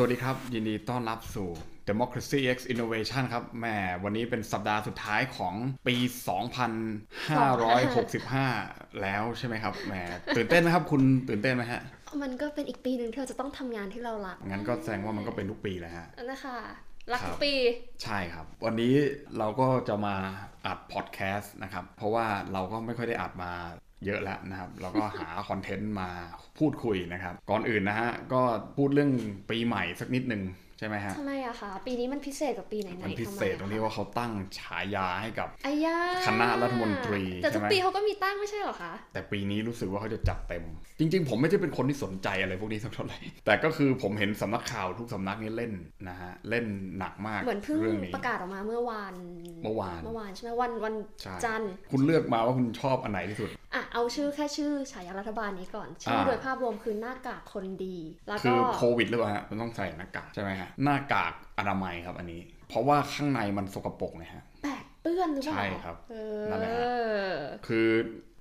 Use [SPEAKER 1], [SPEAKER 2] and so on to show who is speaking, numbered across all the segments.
[SPEAKER 1] วัสดีครับ ยินดีต้อนรับสู่ Democracy X Innovation ครับแหมวันนี้เป็นสัปดาห์สุดท้ายของปี 2565 แล้วใช่ไหมครับแหมตื่นเต้นไหมครับ คุณตื่นเต้นไหมฮะ
[SPEAKER 2] มันก็เป็นอีกปีหนึ่งที่เราจะต้องทำงานที่เรารัก
[SPEAKER 1] งั้นก็แสดงว่ามันก็เป็นทุกปีแหละฮะ
[SPEAKER 2] นะคะรัก
[SPEAKER 1] ครับ
[SPEAKER 2] ปี
[SPEAKER 1] ใช่ครับ วันนี้เราก็จะมาอัดพอดแคสต์นะครับ เพราะว่าเราก็ไม่ค่อยได้อัดมาเยอะแล้วนะครับ เราก็หา คอนเทนต์มาพูดคุยนะครับ ก่อนอื่นนะฮะ ก็พูดเรื่องปีใหม่สักนิดหนึ่งใช่ไหมฮะ
[SPEAKER 2] ทำไมอะคะ ปีนี้มันพิเศษกว่าปีไหนๆ
[SPEAKER 1] มันพิเศษตรงที่
[SPEAKER 2] ทำไมอะคะ
[SPEAKER 1] ว่าเขาตั้งฉายาให้กับ
[SPEAKER 2] อายา
[SPEAKER 1] คณะรัฐมนตรี
[SPEAKER 2] แต่ทุ
[SPEAKER 1] ใช่
[SPEAKER 2] ก
[SPEAKER 1] ไหม
[SPEAKER 2] ปีเขาก็มีตั้งไม่ใช่เหรอคะ
[SPEAKER 1] แต่ปีนี้รู้สึกว่าเขาจะจัดเต็ม จริง ๆ ผมไม่ได้เป็นคนที่สนใจอะไรพวกนี้สักเท่าไหร่ แต่ก็คือผมเห็นสำนักข่าวทุกสำนักนี่เล่นนะฮะ เล่นหนักมาก
[SPEAKER 2] เหมือนเพิ่ง
[SPEAKER 1] รื่องนี้
[SPEAKER 2] ประกาศออกมาเมื่อวาน
[SPEAKER 1] เมื่อวาน
[SPEAKER 2] เมื่อวานใช่ไหมวันวัน
[SPEAKER 1] ใช่
[SPEAKER 2] จันทร์
[SPEAKER 1] คุณเลือกมาว่าคุณชอบอันไหนที่สุด
[SPEAKER 2] อ่ะเอาชื่อแค่ชื่อฉายารัฐบาลนี้ก่อน ชื่ออา โดยภาพรวมคือหน้ากากคนดี แล้ว
[SPEAKER 1] คื
[SPEAKER 2] ก็
[SPEAKER 1] อโควิดหรือเปล่าฮะมันต้องใส่หน้ากากใช่ไหมฮะหน้ากากอนามัยครับอันนี้ เพราะว่าข้างในมันสกปรกนะฮะ
[SPEAKER 2] แปดเปื้อนหรือเปล่า
[SPEAKER 1] ใช่ครับ
[SPEAKER 2] เอ
[SPEAKER 1] นั่นแหละฮ
[SPEAKER 2] อ
[SPEAKER 1] คือ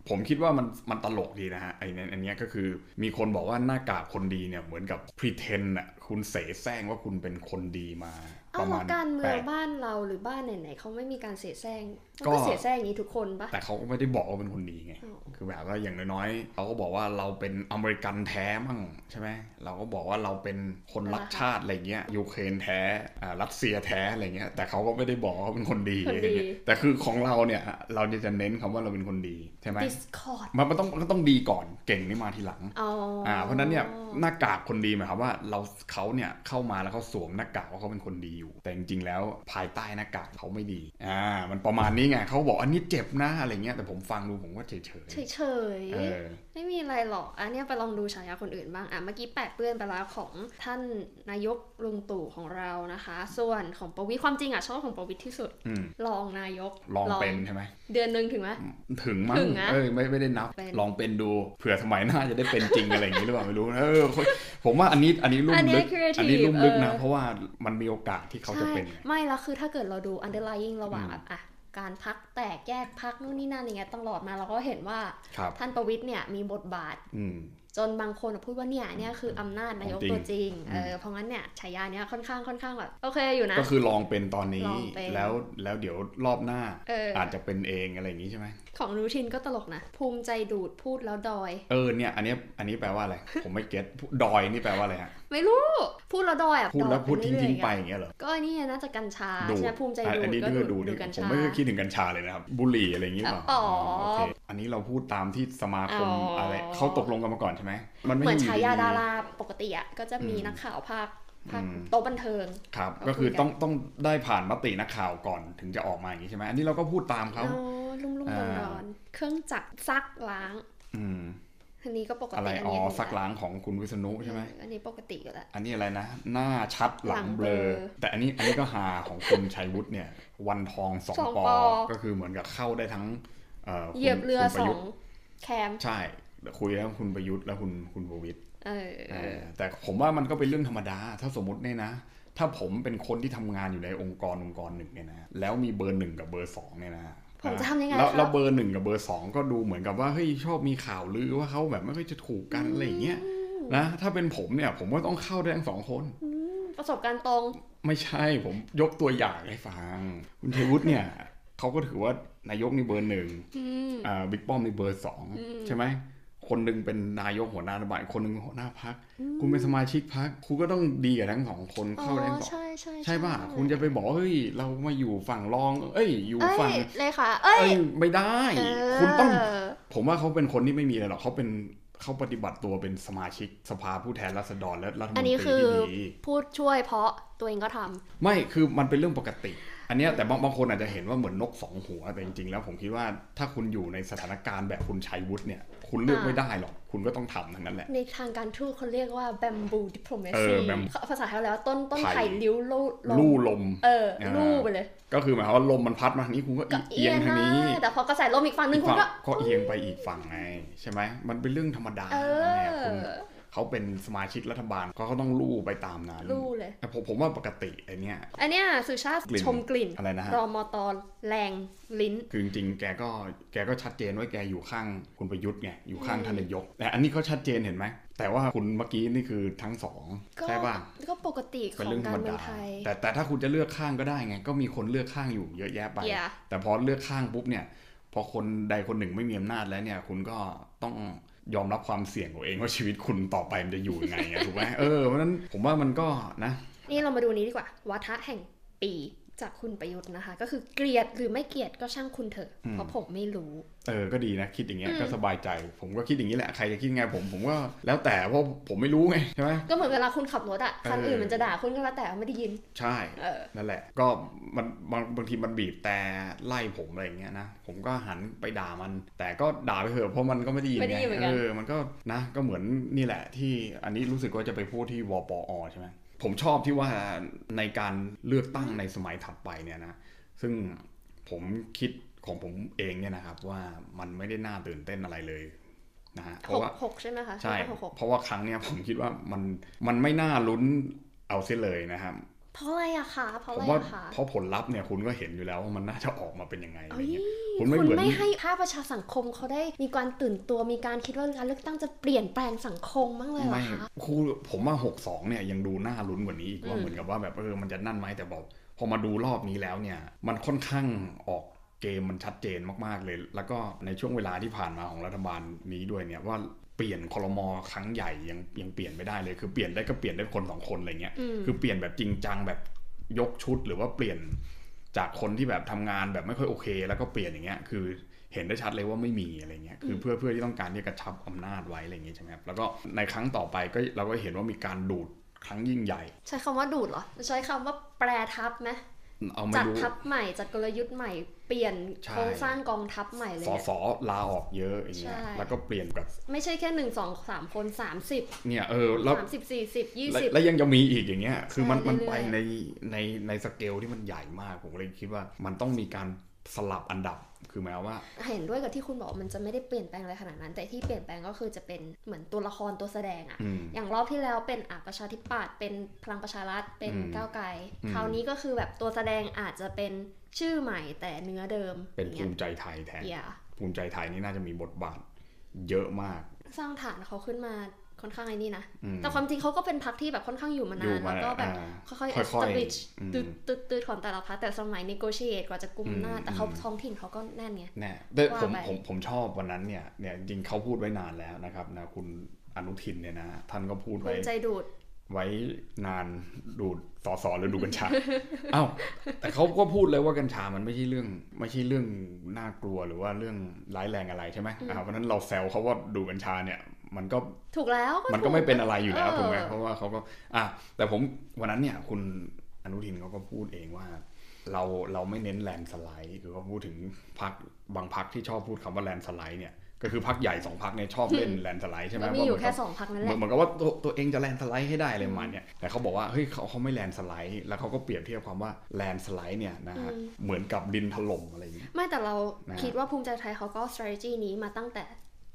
[SPEAKER 1] ผมคิดว่ามันมันตลกดีนะฮะไอ้เนี่ยอันเนี้ยก็คือมีคนบอกว่าหน้ากากคนดีเนี่ยเหมือนกับ pretend น่ะคุณเสแสร้งว่าคุณเป็นคนดีมา
[SPEAKER 2] เอา
[SPEAKER 1] ประ
[SPEAKER 2] แล้
[SPEAKER 1] มาว ณ
[SPEAKER 2] การเมื
[SPEAKER 1] แป
[SPEAKER 2] อง
[SPEAKER 1] ด
[SPEAKER 2] บ้านเราหรือบ้านไหนๆเขาไม่มีการเสียแซงมัน
[SPEAKER 1] ก็
[SPEAKER 2] ก็เสียแซงอย่างนี้ทุกคนปะ
[SPEAKER 1] แต่เขาก็ไม่ได้บอกว่าเป็นคนดีไง
[SPEAKER 2] อ๋อ
[SPEAKER 1] คือแบบว่าอย่างน้อยๆเขาก็บอกว่าเราเป็นอเมริกันแท้มั่งใช่ไหมเราก็บอกว่าเราเป็นคนรักชาติอะไรเงี้ยยูเครนแท้อ่ารัสเซียแท้อะไรเงี้ยแต่เขาก็ไม่ได้บอกว่าเป็นคนดี
[SPEAKER 2] คนดี
[SPEAKER 1] อะไรเงี้ย แต่คือของเราเนี่ยเราจะเน้นคำว่าเราเป็นคนดีใช่ไหม
[SPEAKER 2] Discord
[SPEAKER 1] มันมันต้องมันต้องดีก่อนเก่งนี่มาทีหลัง
[SPEAKER 2] อ๋ออ่า
[SPEAKER 1] อ่าเพราะฉะนั้นเนี่ยหน้ากากคนดีหมายความว่าเราเขาเนี่ยเข้ามาแล้วเขาสวมหน้ากากว่าเขาเป็นคนดีอยู่ แต่จริงๆแล้วภายใต้หน้ากากเขาไม่ดีอ่ามันประมาณนี้ไงเขาบอกอันนี้เจ็บนะอะไรเงี้ยแต่ผมฟังดูผมว่าเฉย
[SPEAKER 2] เฉยๆ
[SPEAKER 1] ๆเออ
[SPEAKER 2] ไม่มีอะไรหรอก อันเนี้ยไปลองดูฉายาคนอื่นบ้าง อ่ะ เมื่อกี้แปดเปื้อนไปแล้วของท่านนายกลุงตู่ของเรานะคะ ส่วนของประวิตรความจริงอ่ะชอบของประวิตรที่สุด
[SPEAKER 1] อืม
[SPEAKER 2] ลองนายก
[SPEAKER 1] ลองเป็นใช่ไหม
[SPEAKER 2] เดือนหนึ่งถึงไหม
[SPEAKER 1] ถึงมั้ง
[SPEAKER 2] ถึงนะ
[SPEAKER 1] เออไม่ไม่ได้นับ
[SPEAKER 2] เป็น
[SPEAKER 1] ลองเป็นดูเผื่อสมัยหน้าจะได้เป็นจริงอะไรอย่างนี้หรือเปล่าไม่รู้นะเออคนผมว่าอันนี้อันนี้ลุ่
[SPEAKER 2] อั
[SPEAKER 1] ม
[SPEAKER 2] นเนี้
[SPEAKER 1] ลึ
[SPEAKER 2] ย
[SPEAKER 1] ก
[SPEAKER 2] creative
[SPEAKER 1] อันนี้ลุ่มลึกนะ
[SPEAKER 2] เออ
[SPEAKER 1] เพราะว่ามันมีโอกาสที่เขาจะเป็น
[SPEAKER 2] ใช่ไม่แล้วคือถ้าเกิดเราดู underlying ระหว่าง
[SPEAKER 1] อืม
[SPEAKER 2] แบบอ่ะ การพักแตกแยกพักนู่นนี่นั่นอย่างเงี้ยตลอดมาเราก็เห็นว่า
[SPEAKER 1] ครับ
[SPEAKER 2] ท่านประวิตรเนี่ยมีบทบาท
[SPEAKER 1] อืม
[SPEAKER 2] จนบางคนอะพูดว่าเนี่ยเนี่ยคืออำนาจนายก
[SPEAKER 1] ของจริง
[SPEAKER 2] ตัวจริง เออ
[SPEAKER 1] ม
[SPEAKER 2] อเพราะงั้นเนี่ยฉายาเนี่ยค่อนข้างค่อนข้างแบบโอเคอยู่นะ
[SPEAKER 1] ก็คือลองเป็นตอนนี้
[SPEAKER 2] ลองเป็น
[SPEAKER 1] แล้วแล้วเดี๋ยวรอบหน้า
[SPEAKER 2] เอออ
[SPEAKER 1] จจะเป็นเองอะไรอย่างนี้ใช่ไหม
[SPEAKER 2] ของรูทินก็ตลกนะ ภูมิใจดูดพูดแล้วดอย
[SPEAKER 1] เออเนี่ยอันเนี้ยอันนี้แปลว่าอะไร ผมไม่เก็ตดอยนี่แปลว่าอะไรฮะ
[SPEAKER 2] ไม่รู้ พูดแล้วดอยอ่ะ
[SPEAKER 1] พูดแล้วพูดทิ้ง
[SPEAKER 2] เรื่
[SPEAKER 1] ทิ้
[SPEAKER 2] อ
[SPEAKER 1] ง
[SPEAKER 2] ยๆอะ
[SPEAKER 1] ไปอย่างเงี้ยเหรอ
[SPEAKER 2] ก็ไอ้นี่น่าจะกัญชา
[SPEAKER 1] ดู
[SPEAKER 2] ใช่ไหมภูมิใจ
[SPEAKER 1] อ่ะ
[SPEAKER 2] ดู
[SPEAKER 1] อัน
[SPEAKER 2] ด
[SPEAKER 1] นี้
[SPEAKER 2] ก็
[SPEAKER 1] ก็
[SPEAKER 2] ดู
[SPEAKER 1] คือดู
[SPEAKER 2] ดดู
[SPEAKER 1] นี่
[SPEAKER 2] ดกัญ
[SPEAKER 1] ผม
[SPEAKER 2] ชา
[SPEAKER 1] ไม่เคยคิดถึงกัญชาเลยนะครับบุหรี่อะไรอย่างงี้เปล่า
[SPEAKER 2] อ่ะป๋อ
[SPEAKER 1] โอเคอันนี้เราพูดตามที่สมาคม
[SPEAKER 2] อ๋ออ
[SPEAKER 1] อะไรเขาตกลงกันมาก่อนใช่ไหมมันไม่
[SPEAKER 2] เหมือน
[SPEAKER 1] ยู่
[SPEAKER 2] ฉายา
[SPEAKER 1] ๆ
[SPEAKER 2] ดาราปกติอ่ะก็จะมี
[SPEAKER 1] อืม
[SPEAKER 2] นักข่าวภาคภาค
[SPEAKER 1] อืม
[SPEAKER 2] โต๊ะบันเทิง
[SPEAKER 1] ครับ
[SPEAKER 2] เขา
[SPEAKER 1] ก็คือ
[SPEAKER 2] คุยกัน
[SPEAKER 1] ต้องต้องได้ผ่านมตินักข่าวก่อนถึงจะออกมาอย่างนี้ใช่ไหมอันนี้เราก็พูดตามเขา
[SPEAKER 2] เนาะลุ่มๆุ่ม
[SPEAKER 1] อ่า
[SPEAKER 2] ร้อนๆเครื่องจักรซักล้าง
[SPEAKER 1] อืม
[SPEAKER 2] อันนี้ก็ปก
[SPEAKER 1] อะไร
[SPEAKER 2] ติอัน
[SPEAKER 1] อ๋อ
[SPEAKER 2] นี้
[SPEAKER 1] สักล้างของคุณวิษณุใช่ไหม
[SPEAKER 2] อันนี้ปกติอยู่แล้ว
[SPEAKER 1] อันนี้อะไรนะ หน้าชัดหลังเบล
[SPEAKER 2] หลั
[SPEAKER 1] อง
[SPEAKER 2] เบลอ
[SPEAKER 1] แต่อันนี้อันนี้ก็หาของคุณชัยวุฒิเนี่ย วันทองสอง
[SPEAKER 2] สอง
[SPEAKER 1] ป
[SPEAKER 2] ป
[SPEAKER 1] อ
[SPEAKER 2] อ
[SPEAKER 1] ก็คือเหมือนกับเข้าได้ทั้งเอ่อคุณ
[SPEAKER 2] เหยียบเรือ
[SPEAKER 1] คุณป
[SPEAKER 2] ส
[SPEAKER 1] ระ
[SPEAKER 2] อ
[SPEAKER 1] ยุ
[SPEAKER 2] ง
[SPEAKER 1] ทธ์
[SPEAKER 2] แคม
[SPEAKER 1] ใช่คุยแล้วคุณประยุทธ์แล้วคุณคุณประวิตร
[SPEAKER 2] เออเออ
[SPEAKER 1] แต่ผมว่ามันก็เป็นเรื่องธรรมดา ถ้าสมมติเนี่ยนะ ถ้าผมเป็นคนที่ทำงานอยู่ในองค์กรองค์กรหนึ่งเนี่ยนะแล้วมีเบอร์หนึ่งกับเบอร์สองเนี่ยนะ
[SPEAKER 2] ผมจะทำยังไง
[SPEAKER 1] แล้ว
[SPEAKER 2] ครับ
[SPEAKER 1] แล้วเบอร์หนึ่งกับเบอร์สองก็ดูเหมือนกับว่าเฮ้ยชอบมีข่าวลือว่าเขาแบบไม่ค่อยจะถูกกันอะไรอย่างเงี้ยนะถ้าเป็นผมเนี่ยผมก็ต้องเข้าได้ทั้งสองคน
[SPEAKER 2] ประสบการณ์ตรง
[SPEAKER 1] ไม่ใช่ผมยกตัวอย่างให้ฟัง คุณเทวุฒิเนี่ยเขาก็ถือว่านายกนี่เบอร์หนึ่ง
[SPEAKER 2] อืม
[SPEAKER 1] อ่าบิ๊กป้อมนี่เบอร์สองใช่ไหมคนหนึ่งเป็นนายกหัวหน้ารัฐบาลคนหนึ่งหัวหน้าพัก คุณเป็นสมาชิกพักคุณก็ต้องดีกับทั้งสองคน
[SPEAKER 2] อ๋อ
[SPEAKER 1] เข้าได้ทั้งสอง
[SPEAKER 2] ใช่ใช่
[SPEAKER 1] ใช่ป่ะคุณจะไปบอกเฮ้ยเรามาอยู่ฝั่งรอง เอ้ย อยู่
[SPEAKER 2] เอ้
[SPEAKER 1] ฝั่ง
[SPEAKER 2] ยเลขาเอ้ย
[SPEAKER 1] เอ้ยไม่ได้
[SPEAKER 2] เออ
[SPEAKER 1] คุณต้อง ผมว่าเขาเป็นคนที่ไม่มีอะไรหรอกเขาเป็นเขาปฏิบัติตัวเป็นสมาชิกสภาผู้แทนราษฎรและรัฐมนต
[SPEAKER 2] อัน
[SPEAKER 1] รี
[SPEAKER 2] นี้
[SPEAKER 1] ที่
[SPEAKER 2] คือ
[SPEAKER 1] ดี
[SPEAKER 2] พูดช่วยเพราะตัวเองก็ทำ
[SPEAKER 1] ไม่ คือมันเป็นเรื่องปกติ อันเนี้ยแต่บางบางคนอาจจะเห็นว่าเหมือนนกสองหัว แต่จริงๆ แล้วผมคิดว่าถ้าคุณอยู่ในสถานการณ์แบบคุณชัยวุฒิเนี่ย คุณเลือกไม่ได้หรอก คุณก็ต้องทำทั้งนั้นแหละ
[SPEAKER 2] ในทางการทูตเขาเรียกว่า bamboo
[SPEAKER 1] เอ
[SPEAKER 2] diplomacy
[SPEAKER 1] อ bamboo
[SPEAKER 2] ภาษาไทยแล้วต้นต้น
[SPEAKER 1] ไผ่
[SPEAKER 2] ไผ่ลิ้วลู่ล
[SPEAKER 1] ลู่
[SPEAKER 2] ม
[SPEAKER 1] ลม
[SPEAKER 2] เออ
[SPEAKER 1] อ่า
[SPEAKER 2] ลู่ไปเลย
[SPEAKER 1] ก็คือหมายความว่าลมมันพัดมาทางนี้คุณก็
[SPEAKER 2] ก็
[SPEAKER 1] เอียงทางนี้
[SPEAKER 2] แต่พอกระแสลมอีกฝั่งหนึ่
[SPEAKER 1] อีก
[SPEAKER 2] งคุณ
[SPEAKER 1] ฝั่ง
[SPEAKER 2] ก็
[SPEAKER 1] ก็เอียงไปอีกฝั่งไงใช่ไหมมันเป็นเรื่องธรรมดา
[SPEAKER 2] เออ
[SPEAKER 1] แหมคุณ เขาเป็นสมาชิกรัฐบาลเขาก็ต้องลู่ไปตามนั้น
[SPEAKER 2] ลู่เลย
[SPEAKER 1] แต่ผมผมว่าปกติไอเนี้ย
[SPEAKER 2] อันเนี้ยสุชาติ
[SPEAKER 1] กลิ่น
[SPEAKER 2] ชมกลิ่น
[SPEAKER 1] อะไรนะฮะ
[SPEAKER 2] รอมอตอแรงลิ้น
[SPEAKER 1] คือจริงๆแกก็แกก็ชัดเจนว่าแกอยู่ข้างคุณประยุทธ์ไงอยู่ข้างท่านนายก แต่อันนี้เขาชัดเจนเห็นไหมแต่ว่าคุณเมื่อกี้นี่คือทั้งสอง
[SPEAKER 2] ก็
[SPEAKER 1] ใช่ป่ะ
[SPEAKER 2] ก็ปกติข
[SPEAKER 1] เป็น
[SPEAKER 2] อง
[SPEAKER 1] เรื่องธร
[SPEAKER 2] การร
[SPEAKER 1] ม
[SPEAKER 2] เมือง
[SPEAKER 1] ดา
[SPEAKER 2] ไทย
[SPEAKER 1] แต่แต่ถ้าคุณจะเลือกข้างก็ได้ไง ก็มีคนเลือกข้างอยู่เยอะแยะไป
[SPEAKER 2] Yeah
[SPEAKER 1] แต่พอเลือกข้างปุ๊บเนี่ย พอคนใดคนหนึ่งไม่มีอำนาจแล้วเนี่ย คุณก็ต้องยอมรับความเสี่ยงของเองว่าชีวิตคุณต่อไปมันจะอยู่ยังไงอะ ถูกไหมเออเพราะฉะนั้นผมว่ามันก็นะ
[SPEAKER 2] นี่เรามาดูนี้ดีกว่า วัฒะแห่งปีจากคุณประยุทธ์นะคะ ก็คือเกลียดหรือไม่เกลียดก็ช่างคุณเถอะ
[SPEAKER 1] อืม
[SPEAKER 2] เพราะผมไม่รู้
[SPEAKER 1] เออก็ดีนะคิดอย่างเงี้ย
[SPEAKER 2] อืม
[SPEAKER 1] ก็สบายใจ ผมก็คิดอย่างนี้แหละใครจะคิดไงผมผมก็แล้วแต่เพราะผมไม่รู้ไงใช่ไหม
[SPEAKER 2] ก็เหมือนเวลาคุณขับรถอะคันอื่น
[SPEAKER 1] เออ
[SPEAKER 2] มันจะด่าคุณก็แล้วแต่ว่าไม่ได้ยิน
[SPEAKER 1] ใช่
[SPEAKER 2] เออ
[SPEAKER 1] นั่นแหละ ก็มันบางบางทีมันบีบแต่ไล่ผมอะไรอย่างเงี้ยนะผมก็หันไปด่ามัน แต่ก็ด่าไปเถอะเพราะมันก็ไม่ได้ยิน
[SPEAKER 2] ไม่ได้ยินเหมือนกัน
[SPEAKER 1] เออมันก็นะก็เหมือนนี่แหละที่อันนี้รู้สึกว่าจะไปพูดที่วปอใช่ไหมผมชอบที่ว่าในการเลือกตั้งในสมัยถัดไปเนี่ยนะซึ่งผมคิดของผมเองเนี่ยนะครับว่ามันไม่ได้น่าตื่นเต้นอะไรเลยนะฮะเพ
[SPEAKER 2] ห
[SPEAKER 1] ราะ
[SPEAKER 2] ก
[SPEAKER 1] ว่า
[SPEAKER 2] หกใช่ไหมคะ
[SPEAKER 1] ใช่
[SPEAKER 2] หกหก
[SPEAKER 1] เพราะว่าครั้งเนี้ยผมคิดว่ามันมันไม่น่าลุ้นเอาเสียเลยนะครับ
[SPEAKER 2] เพราะอะไรอะคะเพราะ
[SPEAKER 1] ผ
[SPEAKER 2] อะไร
[SPEAKER 1] มว่า
[SPEAKER 2] อะคะ
[SPEAKER 1] เพราะผลลัพธ์เนี่ยคุณก็เห็นอยู่แล้วว่ามันน่าจะออกมาเป็นยังไงอะไร
[SPEAKER 2] เอ้ย
[SPEAKER 1] เงี้ย คุ
[SPEAKER 2] คุณ
[SPEAKER 1] ณไม่เหมือน
[SPEAKER 2] ไม่ให้ภาพประชาสังคมเขาได้มีการตื่นตัวมีการคิดว่าการเลือกตั้งจะเปลี่ยนแปลงสังคมบ้างเลยเหรอ
[SPEAKER 1] ไม่
[SPEAKER 2] คะ
[SPEAKER 1] คูผมว่าหกสองเนี่ยยังดูน่าลุ้นกว่านี้อีกว่า
[SPEAKER 2] อืม
[SPEAKER 1] เหมือนกับว่าแบบเออมันจะนั่นไหมแต่บอกพอมาดูรอบนี้แล้วเนี่ย มันค่อนข้างออกเกมมันชัดเจนมากๆเลย แล้วก็ในช่วงเวลาที่ผ่านมาของรัฐบาลนี้ด้วยเนี่ยว่าเปลี่ยนคลมครั้งใหญ่ยังยังเปลี่ยนไม่ได้เลยคือเปลี่ยนได้ก็เปลี่ยนได้คนสองคนอะไรเงี้ย
[SPEAKER 2] อืม
[SPEAKER 1] คือเปลี่ยนแบบจริงจังแบบยกชุดหรือว่าเปลี่ยนจากคนที่แบบทำงานแบบไม่ค่อยโอเค แล้วก็เปลี่ยนอย่างเงี้ยคือเห็นได้ชัดเลยว่าไม่มีอะไรเงี้ยคือเพื่อเพื่อที่ต้องการที่จะกระชับอำนาจไว้อะไรอย่างเงี้ยใช่ไหมครับแล้วก็ในครั้งต่อไปก็เราก็เห็นว่ามีการดูดครั้งยิ่งใหญ่
[SPEAKER 2] ใช้คำว่าดูดเหรอ ใช้คำว่าแปรทับไหม
[SPEAKER 1] เอาไม่
[SPEAKER 2] จัด
[SPEAKER 1] รู้
[SPEAKER 2] ทับใหม่จัดกลยุทธ์ใหม่เปลี่ยน
[SPEAKER 1] ใช่
[SPEAKER 2] โครงสร้างกองทัพใหม่เลย
[SPEAKER 1] สอ
[SPEAKER 2] เนี่ย
[SPEAKER 1] สอลาออกเยอะอย่างเงี้ย
[SPEAKER 2] ใช่
[SPEAKER 1] แล้วก็เปลี่ยนแบบ
[SPEAKER 2] ไม่ใช่แค่หนึ่งสองสามคนสามสิบ
[SPEAKER 1] เนี่ยเออแล้ว
[SPEAKER 2] สามสิบสี่สิบยี่
[SPEAKER 1] และ
[SPEAKER 2] สิบ
[SPEAKER 1] และยังจะมีอีกอย่างเงี้ย คือมัน
[SPEAKER 2] ใช่
[SPEAKER 1] มัน
[SPEAKER 2] เรื่อยๆ
[SPEAKER 1] ไปในในในสเกลที่มันใหญ่มากผมเลยคิดว่ามันต้องมีการสลับอันดับคือหมายความว่า
[SPEAKER 2] เห็นด้วยกับที่คุณบอกว่ามันจะไม่ได้เปลี่ยนแปลงอะไรขนาดนั้น แต่ที่เปลี่ยนแปลงก็คือจะเป็นเหมือนตัวละครตัวแสดงอะ
[SPEAKER 1] อืม
[SPEAKER 2] อย่างรอบที่แล้วเป็นอ่ะประชาธิปัตย์เป็นพลังประชารัฐเป็น
[SPEAKER 1] อืม
[SPEAKER 2] ก้าวไกล
[SPEAKER 1] อืม
[SPEAKER 2] คราวนี้ก็คือแบบตัวแสดงอาจจะเป็นชื่อใหม่แต่เนื้อเดิม
[SPEAKER 1] เป็น
[SPEAKER 2] อย่าง
[SPEAKER 1] ภู
[SPEAKER 2] เงี้ย
[SPEAKER 1] มิใจไทยแทน
[SPEAKER 2] อย่า
[SPEAKER 1] ภูมิใจไทยนี่น่าจะมีบทบาทเยอะมาก
[SPEAKER 2] สร้างฐานเขาขึ้นมาค่อนข้างไอ้นี่นะ
[SPEAKER 1] อืม
[SPEAKER 2] แต่ความจริงเขาก็เป็นพักที่แบบค่อนข้างอยู่
[SPEAKER 1] อน
[SPEAKER 2] มาาน
[SPEAKER 1] ยู่มา
[SPEAKER 2] แล้วก็แบบ
[SPEAKER 1] อ่า
[SPEAKER 2] ค่อยๆ
[SPEAKER 1] ค่อยๆ
[SPEAKER 2] establish
[SPEAKER 1] อืม
[SPEAKER 2] ตืดตืดตืดของแต่ละพักแต่สมัย negotiate กว่าจะกุม
[SPEAKER 1] อืม
[SPEAKER 2] หน้าจแต่เขา
[SPEAKER 1] อืม
[SPEAKER 2] ท้องถิ่นเขาก็แน่นไง
[SPEAKER 1] แน่แต่
[SPEAKER 2] ว่า
[SPEAKER 1] ผม
[SPEAKER 2] ไป
[SPEAKER 1] ผมผมชอบวันนั้นเนี่ยเนี่ยจริงๆเขาพูดไว้นานแล้วนะครับนะคุณอนุทินเนี่ยนะท่านก็พูด
[SPEAKER 2] ภู
[SPEAKER 1] ไว้
[SPEAKER 2] มิใจดูด
[SPEAKER 1] ไว้นานดูดสอสอหรือดูกั ญชา เอ้าแต่เขาก็พูดเลยว่ากัญชามันไม่ใช่เรื่อง ไม่ใช่เรื่องน่ากลัวหรือว่าเรื่อง ร้ายแรงอะไรใช่ไหมอ่าเพราะฉะนั้นเราแซวเขาว่าดูกัญชาเนี่ย มันก็
[SPEAKER 2] ถูกแล้ว
[SPEAKER 1] มัน
[SPEAKER 2] ถู
[SPEAKER 1] ก็ไม่เป็นอะไรอยู่แล้ว
[SPEAKER 2] เ
[SPEAKER 1] ถูกไหมเพราะว่าเขาก็ อ่ะแต่ผมวันนั้นเนี่ย คุณอนุทินเขาก็พูดเองว่า เราเราไม่เน้นแลนด์สไลด์คือเขาพูดถึงพักบางพักที่ชอบพูดคำว่าแลนด์สไลด์เนี่ยก็คือพักใหญ่สองพักเนี่ยชอบเล่นแลนด์สไลด์ใช่ไหม
[SPEAKER 2] ก็มี
[SPEAKER 1] ว่า
[SPEAKER 2] อยู่
[SPEAKER 1] น
[SPEAKER 2] แค่
[SPEAKER 1] กับ
[SPEAKER 2] สองพักนั่น
[SPEAKER 1] เห
[SPEAKER 2] แห
[SPEAKER 1] มือ
[SPEAKER 2] ละ
[SPEAKER 1] นเหมือนกับว่าตัวตัวเองจะแลนด์สไลด์ให้ได้อะไรประมาณเนี่ยแต่เขาบอกว่าเฮ้ยเขาเขาไม่แลนด์สไลด์ แล้วเขาก็เปรียบเทียบความว่าแลนด์สไลด์เนี่ยนะฮะ
[SPEAKER 2] อืม
[SPEAKER 1] เหมือนกับดินถล่มอะไรอย่างเงี้ย
[SPEAKER 2] ไม่แต่เรา
[SPEAKER 1] นะ
[SPEAKER 2] คิดว่าภูมิใจไทยเขาก็ strategy นี้มาตั้งแต่